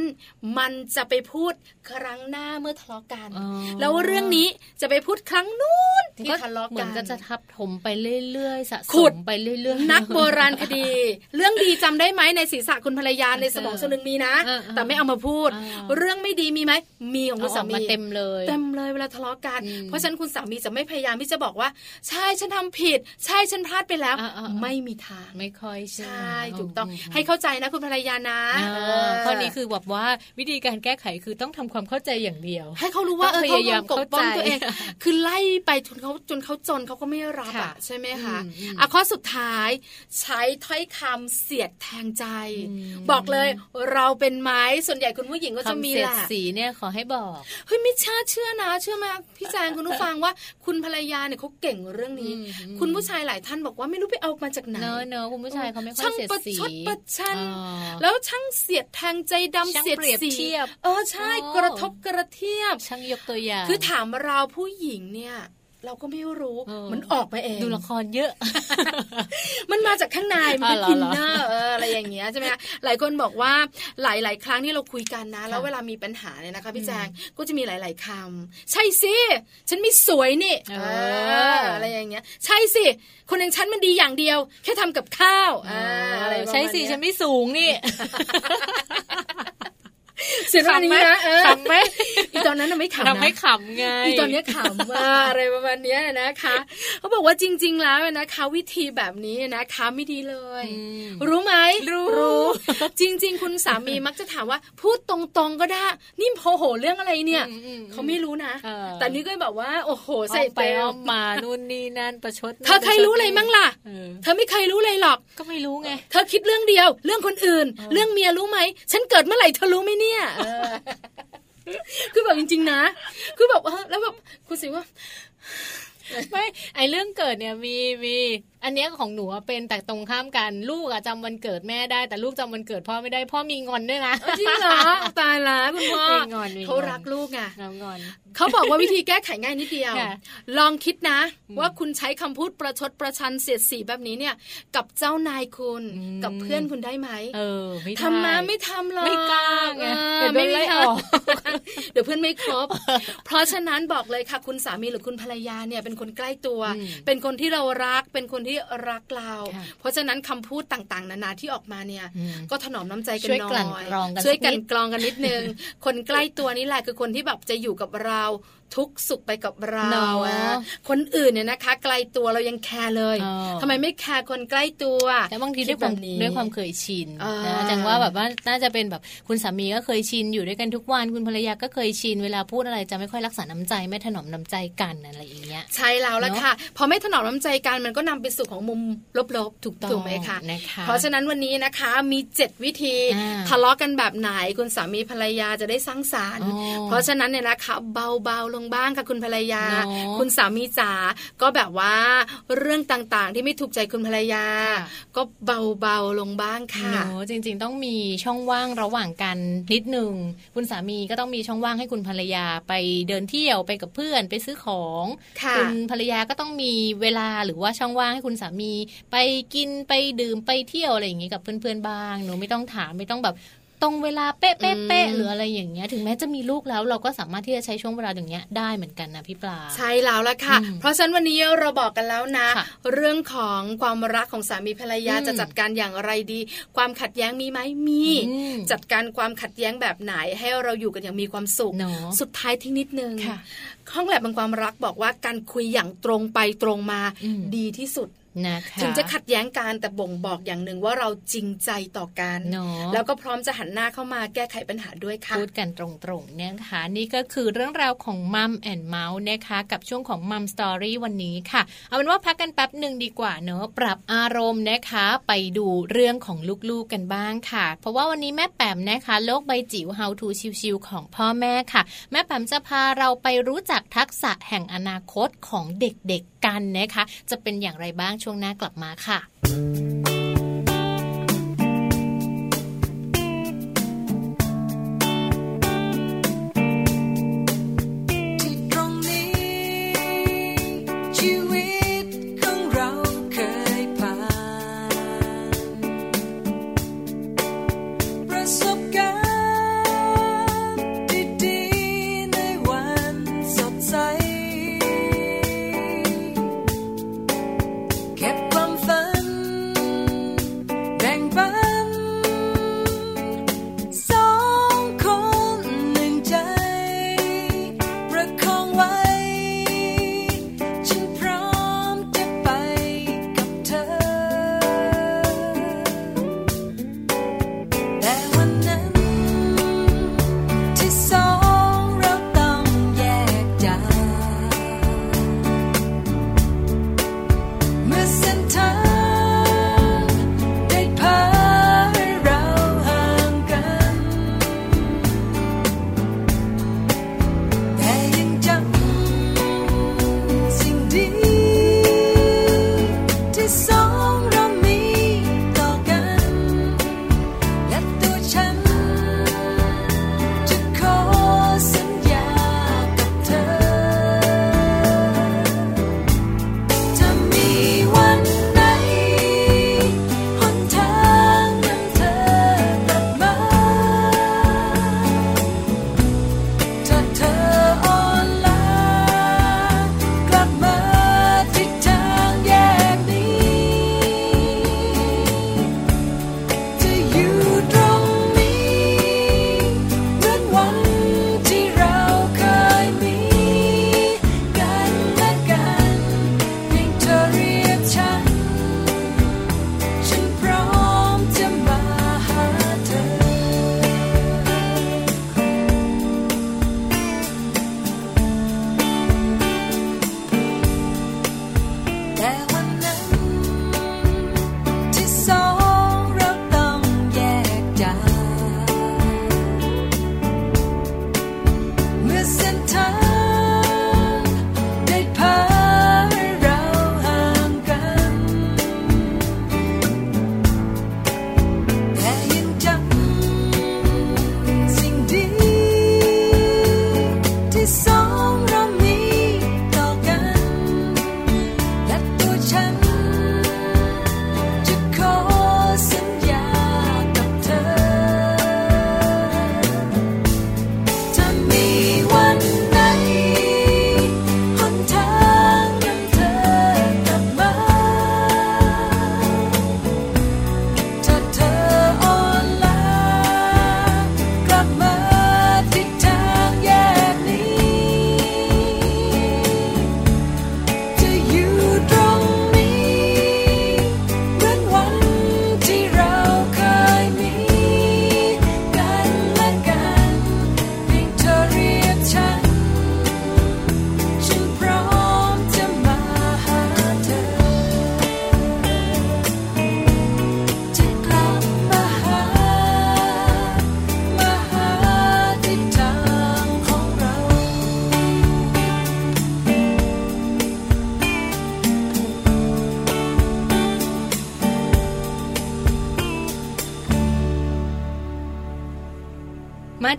มันจะไปพูดครั้งหน้าเมื่อทะเลาะกัน อ๋อ แล้วเรื่องนี้จะไปพูดครั้งนู้นที่ ก็ ทะเลาะกัน เหมือนก็จะทับถมไปเรื่อยๆสะส ขุด มไปเรื่อยๆ นักโบราณคดี เรื่องดีจำได้ไหมในศีรษะคุณภรรยาในสมอง เออ ส่วนหนึ่งมีนะ เออเออ แต่ไม่เอามาพูด เออ เรื่องไม่ดีมีไหมมีของ เอา คุณ อ สา อก มี มาเต็มเลย เต็มเลยเวลาทะเลาะกัน อืม เพราะฉะนั้นคุณสามีจะไม่พยายามที่จะบอกว่า ใช่ฉันทำผิด ใช่ฉันพลาดไปแล้ว เออเออเออ ไม่มีทาง ไม่ค่อย ใช ใช่ ่ถูกต้อง ม ให้เข้าใจนะคุณภรรยานะ อ่า เออ ข้อนี้คือแบบว่าวิธีการแก้ไขคือต้องทำความเข้าใจอย่างเดียว ให้เขารู้ว่า ต้ เอ อง อ พ เขา ยายาม ปกป้องตัวเอง เข้าใจ คือไล่ไปจนเขาจนเขาจนเขาก็ไม่รับ ค่ะ อะใช่ไหมคะ อืมอืม อ่ะข้อสุดท้ายใช้ถ้อยคำเสียดแทงใจ บอกเลยเราเป็นไม้ส่วนใหญ่คุณผู้หญิงก็จะ คำ มี เสีย แห ด ละ สีเนี่ยขอให้บอก เฮ้ยไม่เช่าเชื่อนะ เชื่อไหมพี่แจงคุณผู้ฟังว่าคุณภรรยาเนี่ยเขาเก่งเรื่องนี้ อืม คุณผู้ชายหลายท่านบอกว่าไม่รู้ไปเอามาจากไหน เนอะเนอะคุณผู้ชายเขาไม่ค่อย ช่าง เสียด ประ สี ชดประชัน อ๋อ แล้วช่างเสียดแทงใจดำ ช่าง เสียด เปรียบ สี เทียบ เออใช่ โอ้ กระทบกระเทียบ ช่างยกตัวอย่าง คือถามเราผู้หญิงเนี่ย เราก็ไม่รู้ เออ มันออกมาเอง ดูละครเยอะ มันมาจากข้างในมันอ๋อเป็นอิน เหรอ เนอร์อะไรอย่างเงี้ยใช่ไหมคะหลายคนบอกว่าหลาย ๆ ครั้งที่เราคุยกันนะ แล้วเวลามีปัญหาเนี่ยนะคะพี่แจงก็จะมีหลาย ๆคำใช่สิฉันไม่สวยนี่ เออ เอออะไรอย่างเงี้ย ใช่สิคนอย่างฉันมันดีอย่างเดียว แค่ทำกับข้าวอ่าอะไรประมาณเนี้ย ใช่สิฉันไม่สูงนี่ เสียงอันนี้นะเออ ขำไหม อีตอนนั้นน่ะไม่ขำ ทำ นะ ให้ขำไง อีตอนเนี้ยขำว่า อะไรประมาณเนี้ยนะคะเขาบอกว่าจริง ๆ แล้วนะคะ วิธีแบบนี้นะคะไม่ดีเลย อืม รู้ไหม รู้ จริง ๆ คุณสามีมักจะถามว่าพูดตรงๆก็ได้นี่โมโหเรื่องอะไรเนี่ย อืมอืม เขาไม่รู้นะ เออ แต่นี่ก็แบบว่า โอ้โห อ้อม ใส่ ไป เต็ม อ้อมมานู่นนี่นั่นประชด เธอเคยรู้อะไรมั่งล่ะ เออ เธอไม่เคยรู้เลยหรอก ก็ไม่รู้ไง เธอคิดเรื่องเดียว เรื่องคนอื่น เรื่องเมียรู้ไหม ฉันเกิดเมื่อไหร่เธอรู้ไหมเนี่ยเออคือแบบจริง ๆ นะ คือแบบเออแล้วแบบคุณสิว่า ไม่ไอเรื่องเกิดเนี่ยมีมีอันเนี้ยของหนูอะเป็นแต่ตรงข้ามกันลูกอะจำวันเกิดแม่ได้ แต่ลูกจำวันเกิดพ่อไม่ได้พ่อมีงอนด้วยนะ จริงเหรอตายละคุณพ่อ มีงอนมีงอน เขารักลูกไง งอนงอน เขาบอกว่าวิธีแก้ไขง่ายนิดเดียว ค่ะ ลองคิดนะ ว่าคุณใช้คำพูดประชดประชันเสียดสีแบบนี้เนี่ย กับเจ้านายคุณ อืม กับเพื่อนคุณได้ไหม เออไม่ได้ ทำมาไม่ทำหรอก ไม่กล้าไง เอ เดี๋ยวโดอไม่ น ได้ ไล่ ท ออก ำเดี๋ยวเพื่อนไม่ครบ เพราะฉะนั้นบอกเลยค่ะ คุณสามีหรือคุณภรรยาเนี่ยเป็นคนใกล้ตัว อืม เป็นคนที่เรารักเป็นคนที่รักเรา ค่ะ เพราะฉะนั้นคำพูดต่างๆ นานาที่ออกมาเนี่ย อืม ก็ถนอมน้ำใจกัน ช่วย หกน่อยลั่นกรองกัน ช่วยกลัน สักนิด กรองกันนิดนึ ง คนใกล้ตัวนี่แหละคือคนที่แบบจะอยู่กับเราทุกสุขไปกับเรา เนาะ อะคนอื่นเนี่ยนะคะ ไกลตัวเรายังแคร์เลย เออ ทำไมไม่แคร์คนใกล้ตัว แต่บางที คิ ด้วยความ แบบนี้ ด้วยความเคยชิน อ่าน นะจังว่าแบบว่าน่าจะเป็นแบบคุณสามีก็เคยชินอยู่ด้วยกันทุกวันคุณภรรยาก็เคยชินเวลาพูดอะไรจะไม่ค่อยรักษาน้ำใจไม่ถนอมน้ำใจกันอะไรอย่างเงี้ย ใช่แล้วละ เนอะ ค่ะ พอไม่ถนอมน้ำใจกันมันก็นำไปสู่ของมุมลบๆ ถูกต้อง ถู ถู ก กไหมคะ นะคะ เพราะฉะนั้นวันนี้นะคะมี 7 วิธี อ่า ทะเลาะกันแบบไหนคุณสามีภรรยาจะได้สร้างสารรค์ อ๋อ เพราะฉะนั้นเนี่ยนะคะเบาๆลงบ้างค่ะคุณภรรยา เนอะ คุณสามีจ๋าก็แบบว่าเรื่องต่างๆ ที่ไม่ถูกใจคุณภรรยา ค่ะ ก็เบาๆลงบ้างค่ะ เนอะจริงๆ ต้องมีช่องว่างระหว่างกันนิดหนึ่งคุณสามีก็ต้องมีช่องว่างให้คุณภรรยาไปเดินเที่ยวไปกับเพื่อนไปซื้อของ ค่ะ ณภรรยาก็ต้องมีเวลาหรือว่าช่องว่างให้คุณสามีไปกินไปดื่มไปเที่ยวอะไรอย่างงี้กับเพื่อนๆบ้างหนูไม่ต้องถามไม่ต้องแบบตรงเวลาเป๊ะเป๊ะเป๊ะ อืม หรืออะไรอย่างเงี้ย ถึงแม้จะมีลูกแล้วเราก็สามารถที่จะใช้ช่วงเวลาอย่างเงี้ยได้เหมือนกันนะพี่ปลา ใช่แล้วละค่ะ อืม เพราะฉะนั้นวันนี้เราบอกกันแล้วนะ ค่ะ เรื่องของความรักของสามีภรรยา อืม จะจัดการอย่างไรดี ความขัดแย้งมีไหมมี อืม จัดการความขัดแย้งแบบไหนให้เราอยู่กันอย่างมีความสุข เนอะ สุดท้ายทิ้งนิดนึง ค่ะ ข้องแลบบางความรักบอกว่าการคุยอย่างตรงไปตรงมา อืม ดีที่สุด นะคะ ถึงจะขัดแย้งกันแต่บ่งบอกอย่างหนึ่งว่าเราจริงใจต่อกัน เนาะ แล้วก็พร้อมจะหันหน้าเข้ามาแก้ไขปัญหาด้วยค่ะ พูดกันตรงๆเนี่ยนะคะนี่ก็คือเรื่องราวของมัมแอนเมาส์นะคะ กับช่วงของมัมสตอรี่วันนี้ค่ะ เอาเป็นว่าพักกันแป๊บหนึ่งดีกว่าเนอะปรับอารมณ์นะคะ ไปดูเรื่องของลูกๆกันบ้างค่ะ เพราะว่าวันนี้แม่แปมนะคะ โลกใบจิ๋ว How to ชิวๆของพ่อแม่ค่ะ แม่แปมจะพาเราไปรู้จักทักษะแห่งอนาคตของเด็กๆกันนะคะ จะเป็นอย่างไรบ้างช่วงหน้ากลับมาค่ะ ที่ตรงนี้ ชีวิตของเราเคยผ่าน ประสบการณ์ดีๆในวันสดใส เก็บความฝัน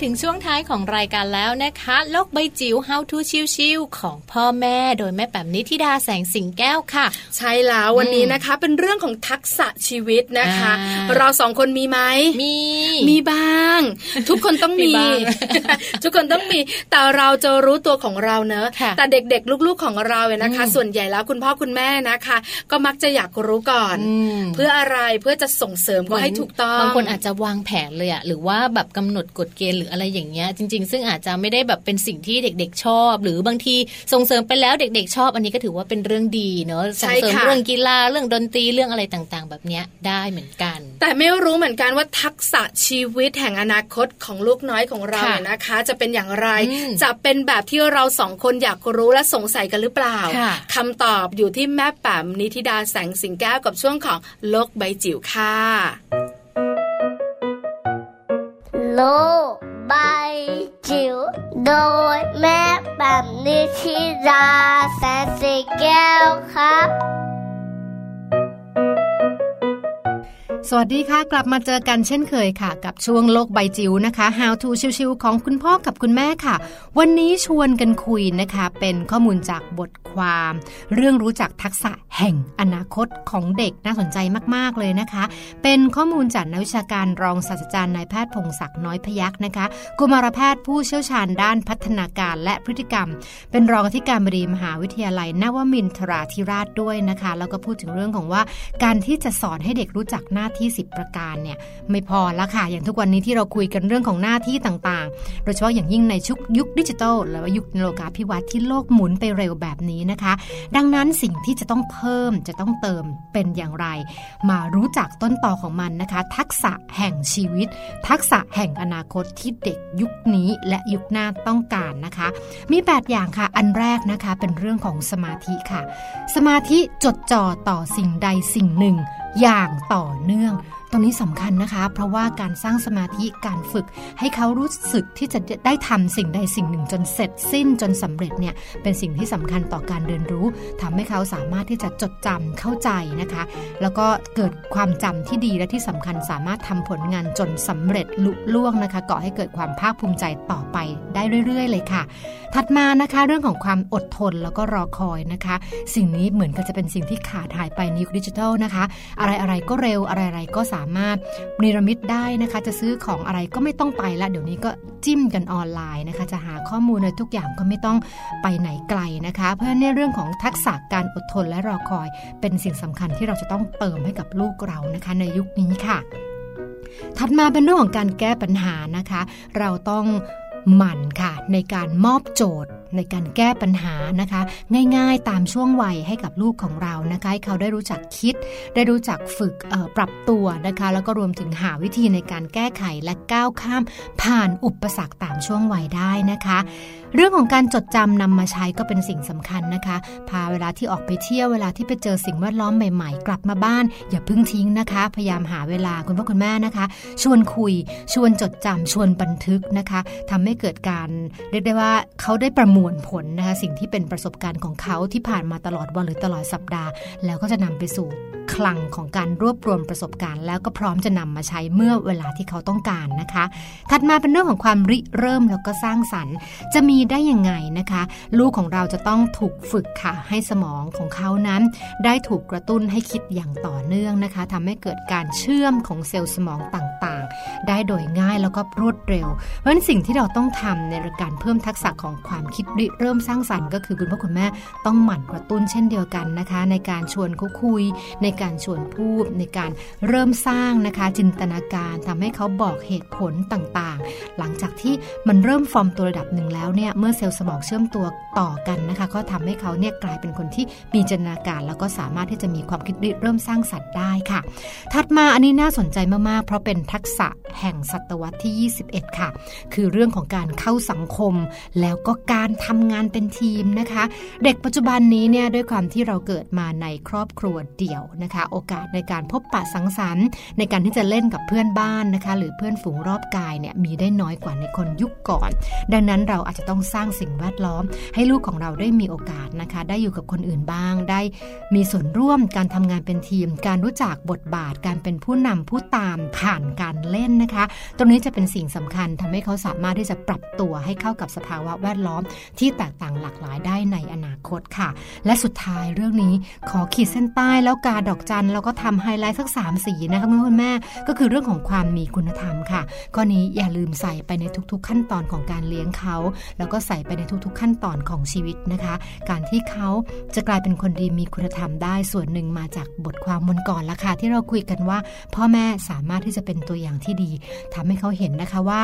ถึงช่วงท้ายของรายการแล้วนะคะ โลกใบจิ๋ว How to ชิวๆของพ่อแม่โดยแม่แปมนิธิดาแสงสิงแก้วค่ะ ใช่แล้ววันนี้นะคะ เป็นเรื่องของทักษะชีวิตนะคะ อ่า เราสองคนมีไหม มี มีบ้าง ทุกคนต้อง มี มี บ้าง ทุกคนต้องมี แต่เราจะรู้ตัวของเราเนอะ ค่ะ แต่เด็กๆ ลูกๆของเราเนี่ยนะคะ อืม ส่วนใหญ่แล้วคุณพ่อคุณแม่นะคะ ก็มักจะอยากรู้ก่อน อืม เพื่ออะไรเพื่อจะส่งเสริมก็ให้ถูกต้อง บางคนอาจจะวางแผนเลยอะหรือว่าแบบกำหนดกฎเกณฑ์หรืออะไรอย่างเงี้ยจริง ๆ ซึ่งอาจจะไม่ได้แบบเป็นสิ่งที่เด็ก ๆ ชอบ หรือบางทีส่งเสริมไปแล้วเด็ก ๆ ชอบ อันนี้ก็ถือว่าเป็นเรื่องดีเนอะ ใช่ ส่งเสริม ค่ะ เรื่องกีฬาเรื่องดนตรีเรื่องอะไรต่างๆ แบบเนี้ยได้เหมือนกัน แต่ไม่รู้เหมือนกันว่าทักษะชีวิตแห่งอนาคตของลูกน้อยของเรา ค่ะ เนี่ยนะคะ จะเป็นอย่างไร อืม จะเป็นแบบที่เราสองคนอยากรู้และสงสัยกันหรือเปล่า ค่ะ คำตอบอยู่ที่แม่แป๋มนิธิดาแสงสิงแก้วกับช่วงของโลกใบจิ๋วค่ะ lô bay chiều đôi mép bằng đi khi ra sẽ xì keo khắp สวัสดีค่ะ กลับมาเจอกันเช่นเคยค่ะ กับช่วงโลกใบจิ๋วนะคะ How to ชิวๆของคุณพ่อกับคุณแม่ค่ะ วันนี้ชวนกันคุยนะคะ เป็นข้อมูลจากบทความ เรื่องรู้จักทักษะแห่งอนาคตของเด็กน่าสนใจมากๆเลยนะคะ เป็นข้อมูลจากนักวิชาการรองศาสตราจารย์นายแพทย์พงศักดิ์น้อยพยักนะคะ กุมารแพทย์ผู้เชี่ยวชาญด้านพัฒนาการและพฤติกรรม เป็นรองอธิการบดีมหาวิทยาลัยนวมินทราธิราชด้วยนะคะ แล้วก็พูดถึงเรื่องของว่า การที่จะสอนให้เด็กรู้จักหน้าที่ 10 ประการเนี่ยไม่พอละค่ะ อย่างทุกวันนี้ที่เราคุยกันเรื่องของหน้าที่ต่างๆ โดยเฉพาะอย่างยิ่งในชุกยุคดิจิทัลและยุคโลกาภิวัตน์ที่โลกหมุนไปเร็วแบบนี้นะคะ ดังนั้นสิ่งที่จะต้องเพิ่มจะต้องเติมเป็นอย่างไร มารู้จักต้นต่อของมันนะคะ ทักษะแห่งชีวิต ทักษะแห่งอนาคตที่เด็กยุคนี้และยุคหน้าต้องการนะคะ มี 8 อย่างค่ะ อันแรกนะคะเป็นเรื่องของสมาธิค่ะ สมาธิจดจ่อต่อสิ่งใดสิ่งหนึ่ง อย่างต่อเนื่อง ตรงนี้สำคัญนะคะ เพราะว่าการสร้างสมาธิการฝึก ให้เขารู้สึกที่จะได้ทำสิ่งใดสิ่งหนึ่งจนเสร็จสิ้นจนสำเร็จเนี่ยเป็นสิ่งที่สำคัญต่อการเรียนรู้ทำให้เขาสามารถที่จะจดจำเข้าใจนะคะ แล้วก็เกิดความจำที่ดีและที่สำคัญสามารถทำผลงานจนสำเร็จลุล่วงนะคะก่อให้เกิดความภาคภูมิใจต่อไปได้เรื่อย ๆ เลยค่ะ ถัดมานะคะเรื่องของความอดทนแล้วก็รอคอยนะคะ สิ่งนี้เหมือนกับจะเป็นสิ่งที่ขาดหายไปในยุคดิจิทัลนะคะ อะไรๆก็เร็วอะไรๆก็สามารถนิรมิตได้นะคะ จะซื้อของอะไรก็ไม่ต้องไปละเดี๋ยวนี้ก็จิ้มกันออนไลน์นะคะ จะหาข้อมูลในทุกอย่างก็ไม่ต้องไปไหนไกลนะคะ เพราะฉะนั้นเนยเรื่องของทักษะการอดทนและรอคอย เป็นสิ่งสำคัญที่เราจะต้องเติมให้กับลูกเรานะคะ ในยุคนี้ค่ะ ถัดมาเป็นเรื่องของการแก้ปัญหานะคะ เราต้องหมั่นค่ะ ในการมอบโจทย์ในการแก้ปัญหานะคะ ง่ายๆตามช่วงวัยให้กับลูกของเรานะคะให้เขาได้รู้จักคิด ได้รู้จักฝึกเอ่อปรับตัวนะคะ แล้วก็รวมถึงหาวิธีในการแก้ไขและก้าวข้าม ผ่านอุปสรรคตามช่วงวัยได้นะคะ เรื่องของการจดจำนำมาใช้ก็เป็นสิ่งสำคัญนะคะ พาเวลาที่ออกไปเที่ยวเวลาที่ไปเจอสิ่งแวดล้อมใหม่ๆ กลับมาบ้าน อย่าเพิ่งทิ้งนะคะ พยายามหาเวลาคุณพ่อคุณแม่นะคะ ชวนคุย ชวนจดจำชวนบันทึกนะคะทำให้เกิดการเรียกได้ว่าเขาได้ประมวลผลนะคะสิ่งที่เป็นประสบการณ์ของเขาที่ผ่านมาตลอดวันหรือตลอดสัปดาห์ แล้วก็จะนำไปสู่คลังของการรวบรวมประสบการณ์ แล้วก็พร้อมจะนำมาใช้เมื่อเวลาที่เขาต้องการนะคะ ถัดมาเป็นเรื่องของความริเริ่มแล้วก็สร้างสรรค์ จะมีได้ยังไงนะคะ ลูกของเราจะต้องถูกฝึกค่ะ ให้สมองของเขานั้น ได้ถูกกระตุ้นให้คิดอย่างต่อเนื่องนะคะทำให้เกิดการเชื่อมของเซลล์สมองต่างๆ ได้โดยง่ายแล้วก็รวดเร็ว เพราะฉะนั้นสิ่งที่เราต้องทำในการเพิ่มทักษะของความคิดริเริ่มสร้างสรรค์ก็คือคุณพ่อคุณแม่ต้องหมั่นกระตุ้นเช่นเดียวกันนะคะ ในการชวนเขาคุย ในการชวนพูด ในการเริ่มสร้างนะคะ จินตนาการทำให้เขาบอกเหตุผลต่างๆ หลังจากที่มันเริ่มฟอร์มตัวระดับหนึ่งแล้วเนี่ยเมื่อเซลล์สมองเชื่อมตัวต่อกันนะคะ ก็ทำให้เขาเนี่ยกลายเป็นคนที่มีจินตนาการ แล้วก็สามารถที่จะมีความคิดริเริ่มสร้างสรรค์ได้ค่ะ ถัดมาอันนี้น่าสนใจมากๆ เพราะเป็นทักษะแห่งศตวรรษที่ 21 ค่ะ คือเรื่องของการเข้าสังคม แล้วก็การทำงานเป็นทีมนะคะ เด็กปัจจุบันนี้เนี่ยด้วยความที่เราเกิดมาในครอบครัวเดี่ยวนะคะ โอกาสในการพบปะสังสรรค์ ในการที่จะเล่นกับเพื่อนบ้านนะคะ หรือเพื่อนฝูงรอบกายเนี่ยมีได้น้อยกว่าในคนยุคก่อน ดังนั้นเราอาจจะต้องสร้างสิ่งแวดล้อม ให้ลูกของเราได้มีโอกาสนะคะ ได้อยู่กับคนอื่นบ้าง ได้มีส่วนร่วมการทำงานเป็นทีม การรู้จักบทบาท การเป็นผู้นำผู้ตามผ่านการเล่นนะคะ ตรงนี้จะเป็นสิ่งสำคัญทำให้เขาสามารถที่จะปรับตัวให้เข้ากับสภาวะแวดล้อม ที่แตกต่างหลากหลายได้ในอนาคตค่ะ และสุดท้ายเรื่องนี้ขอขีดเส้นใต้แล้วกาดอกจันแล้วก็ทำไฮไลท์สัก3ามสีนะคะคุณพ่อคุณแม่ ก็คือเรื่องของความมีคุณธรรมค่ะข้อนี้อย่าลืมใส่ไปในทุกๆ ขั้นตอนของการเลี้ยงเขา แล้วก็ใส่ไปในทุกๆ ขั้นตอนของชีวิตนะคะ การที่เขาจะกลายเป็นคนดีมีคุณธรรมได้ส่วนหนึ่งมาจากบทความวันก่อนละค่ะที่เราคุยกันว่า พ่อแม่สามารถที่จะเป็นตัวอย่างที่ดีทำให้เขาเห็นนะคะว่า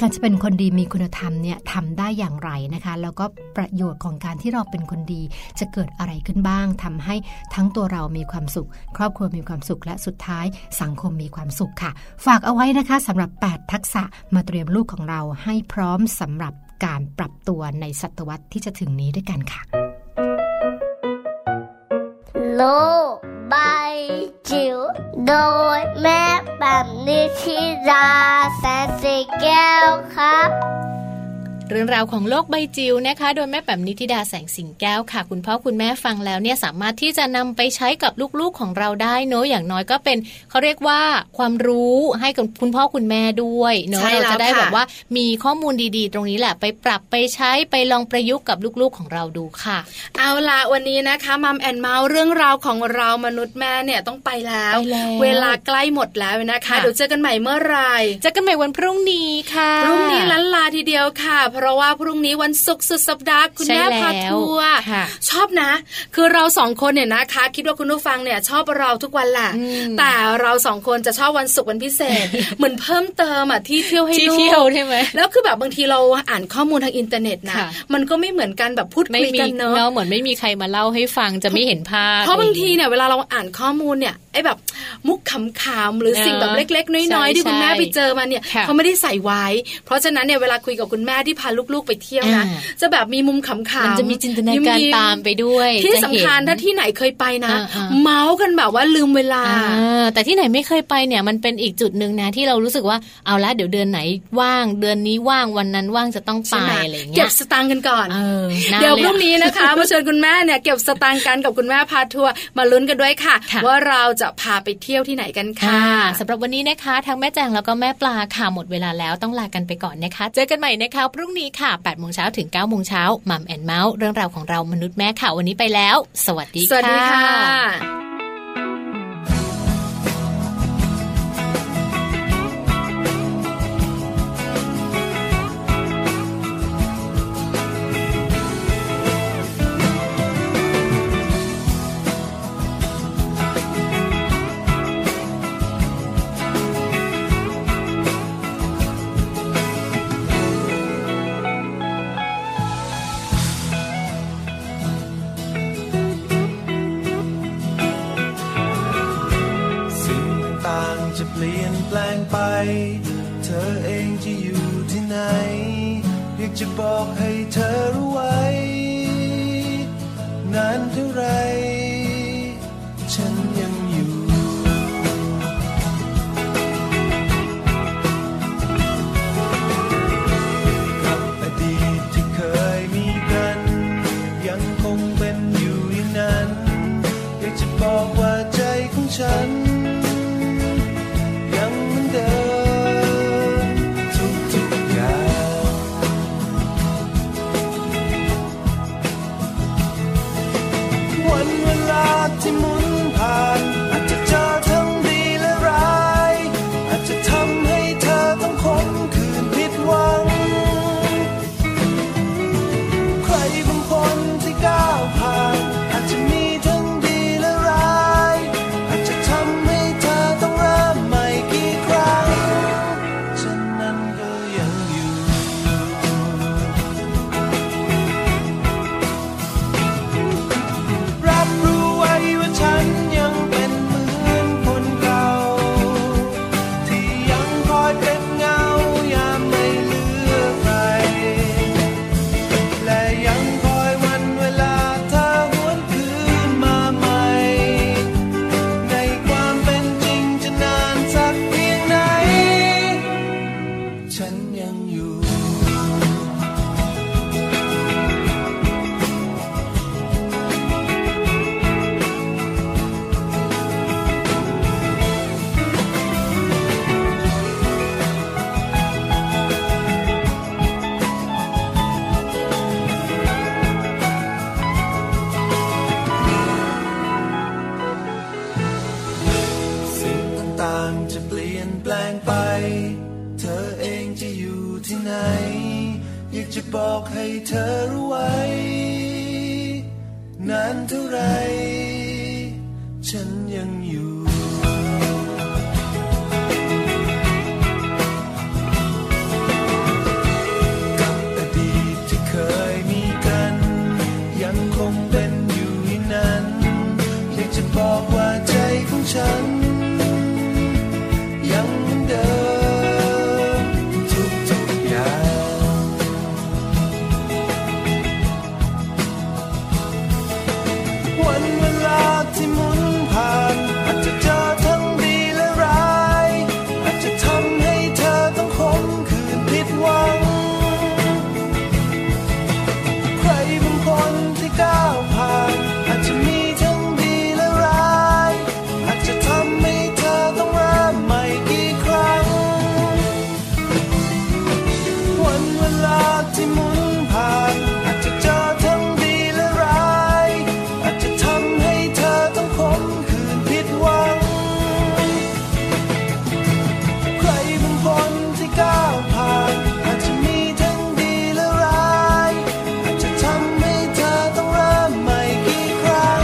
การจะเป็นคนดีมีคุณธรรมเนี่ยทำได้อย่างไรนะคะ แล้วก็ประโยชน์ของการที่เราเป็นคนดี จะเกิดอะไรขึ้นบ้างทำให้ทั้งตัวเรามีความสุข ครอบครัวมีความสุขและสุดท้ายสังคมมีความสุขค่ะ ฝากเอาไว้นะคะสำหรับ 8 ทักษะมาเตรียมลูกของเราให้พร้อมสำหรับการปรับตัวในศตวรรษที่จะถึงนี้ด้วยกันค่ะ โลกใบจิ๋วโดยแม่แบบนิชิราแสนสีแก้วครับ เรื่องราวของโลกใบจิ๋วนะคะ โดยแม่แบบนิติดาแสงสิงแก้วค่ะ คุณพ่อคุณแม่ฟังแล้วเนี่ยสามารถที่จะนำไปใช้กับลูกๆของเราได้เนอะอย่างน้อยก็เป็นเขาเรียกว่าความรู้ให้กับคุณพ่อคุณแม่ด้วยเนอะ ใช่แล้ เรา ว จะได้ ค่ะ แบบว่ามีข้อมูลดีๆ ตรงนี้แหละไปปรับไปใช้ไปลองประยุกต์กับลูกๆของเราดูค่ะ เอาละวันนี้นะคะมัมแอนเมาส์เรื่องราวของเรามนุษย์แม่เนี่ยต้องไปแล้ว ไปแล้ว เวลาใกล้หมดแล้วนะคะ ค่ะ เดี๋ยวเจอกันใหม่เมื่อไหร่ เจอกันใหม่วันพรุ่งนี้ค่ะ พรุ่งนี้ลันลาทีเดียวค่ะ เพราะว่าพรุ่งนี้วันศุกร์สุดสัปดาห์คุณ ใช่ แม่พา แล้ว ทัวร์ ค่ะ ชอบนะ คือเราสองคนเนี่ยนะคะ คิดว่าคุณผู้ฟังเนี่ยชอบเราทุกวันแหละแต่เราสองคนจะชอบวันศุกร์วันพิเศ ษ เหมือนเพิ่มเติมอ่ะที่เที่ยวให้ ที่ ลู เที่ยว ก ใช่ไหม แล้วคือแบบบางทีเราอ่านข้อมูลทางอินเทอร์เน็ตนะ ค่ะ มันก็ไม่เหมือนกันแบบพูด ไม่ คุย มี กันเนอะ เนาะเหมือนไม่มีใครมาเล่าให้ฟังจะไม่เห็นภาพ เพราะบางทีเนี่ยเวลาเราอ่านข้อมูลเนี่ยไอ้แบบมุกขำๆหรือ เออ สิ่งแบบเล็ก ๆ น้อยๆ ใช่ ที่คุณแม่ ใช่ ไปเจอมาเนี่ย ค่ะ เขาไม่ได้ใส่ไว้ เพราะฉะนั้นเนี่ยเวลาคุยกับคุณแม่ที่พาลูกๆไปเที่ยวนะ อ่า จะแบบมีมุมขำๆ มันจะมีจินตนา ยิ้ม การ ๆ ตามไปด้วย ที่ จะ สำ เห็น คัญถ้าที่ไหนเคยไปนะ อ่าอ่า เมาส์กันแบบว่าลืมเวลา อ่าแต่ที่ไหนไม่เคยไปเนี่ยมันเป็นอีกจุดหนึ่งนะที่เรารู้สึกว่าเอาละเดี๋ยวเดือนไหนว่าง เดือนนี้ว่างวันนั้นว่างจะต้องไป ใช่ไหม อะไรอย่าง เก็ เงี้ บ ย สตางค์กันก่อน เออน่า เดี๋ยว ลอะพรุ่งนี้นะคะ มาชวนคุณแม่เนี่ยเก็บสตางค์กันกับคุณแม่พาทัวร์มาลุ้นกันด้วยค่ะ ค่ะ ว่าเราจะพาไปเที่ยวที่ไหนกันค่ะ ค่ะสำหรับวันนี้นะคะทั้งแม่แจงแล้วก็แม่ปลาค่ะหมดเวลาแล้วต้องลากันไปก่อนนะคะ เจอกันใหม่นะคะพรุ่งนี้ค่ะ8โมงเช้าถึง9โมงเช้ามัมแอนเมาส์เรื่องราวของเรามนุษย์แม่ค่ะวันนี้ไปแล้ว สวัสดี สวัสดีค่ะ สิ่งต่างๆจะเปลี่ยนแปลงไป เธอเองจะอยู่ที่ไหน อยากจะบอกให้เธอรู้ไว้ นานเท่าไร ฉันยังอยู่ กับอดีตที่เคยมีกัน ยังคงเป็นอยู่อย่างนั้น อยากจะบอกว่าใจของฉัน ยังเหมือนเดิมทุกทุกๆอย่างวันเว จะบอกให้เธอรู้ไว้ นานเท่าไหรฉันยังอยู่ กับอดีตที่เคยมีกัน ยังคงเป็นอยู่อย่างนั้นอยากจะบอกว่าใจของฉัน ยังเหมือนเดิมทุกๆอย่าง วันเวลาที่หมุนผ่านอาจจะเจอทั้งดีและร้าย อาจจะทำให้เธอต้องขมขื่นผิดหวัง ใครบางคนที่ก้าวผ่านอาจจะมีทั้งดีและร้าย อาจจะทำให้เธอต้องเริ่มใหม่กี่ครั้ง วันเวลาที่หมุนผ่านอาจจะเจอทั้งดีและร้าย อาจจะทำให้เธอต้องขมขื่นผิดหวัง ใครบางคนที่ก้าวผ่านอาจจะมีทั้งดีและร้าย อาจจะทำให้เธอต้องเริ่มใหม่กี่ครั้ง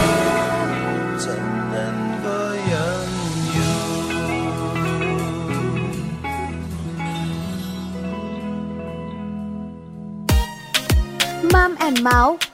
ฉันนั้นก็ยังอยู่ มัมแอนเมาส์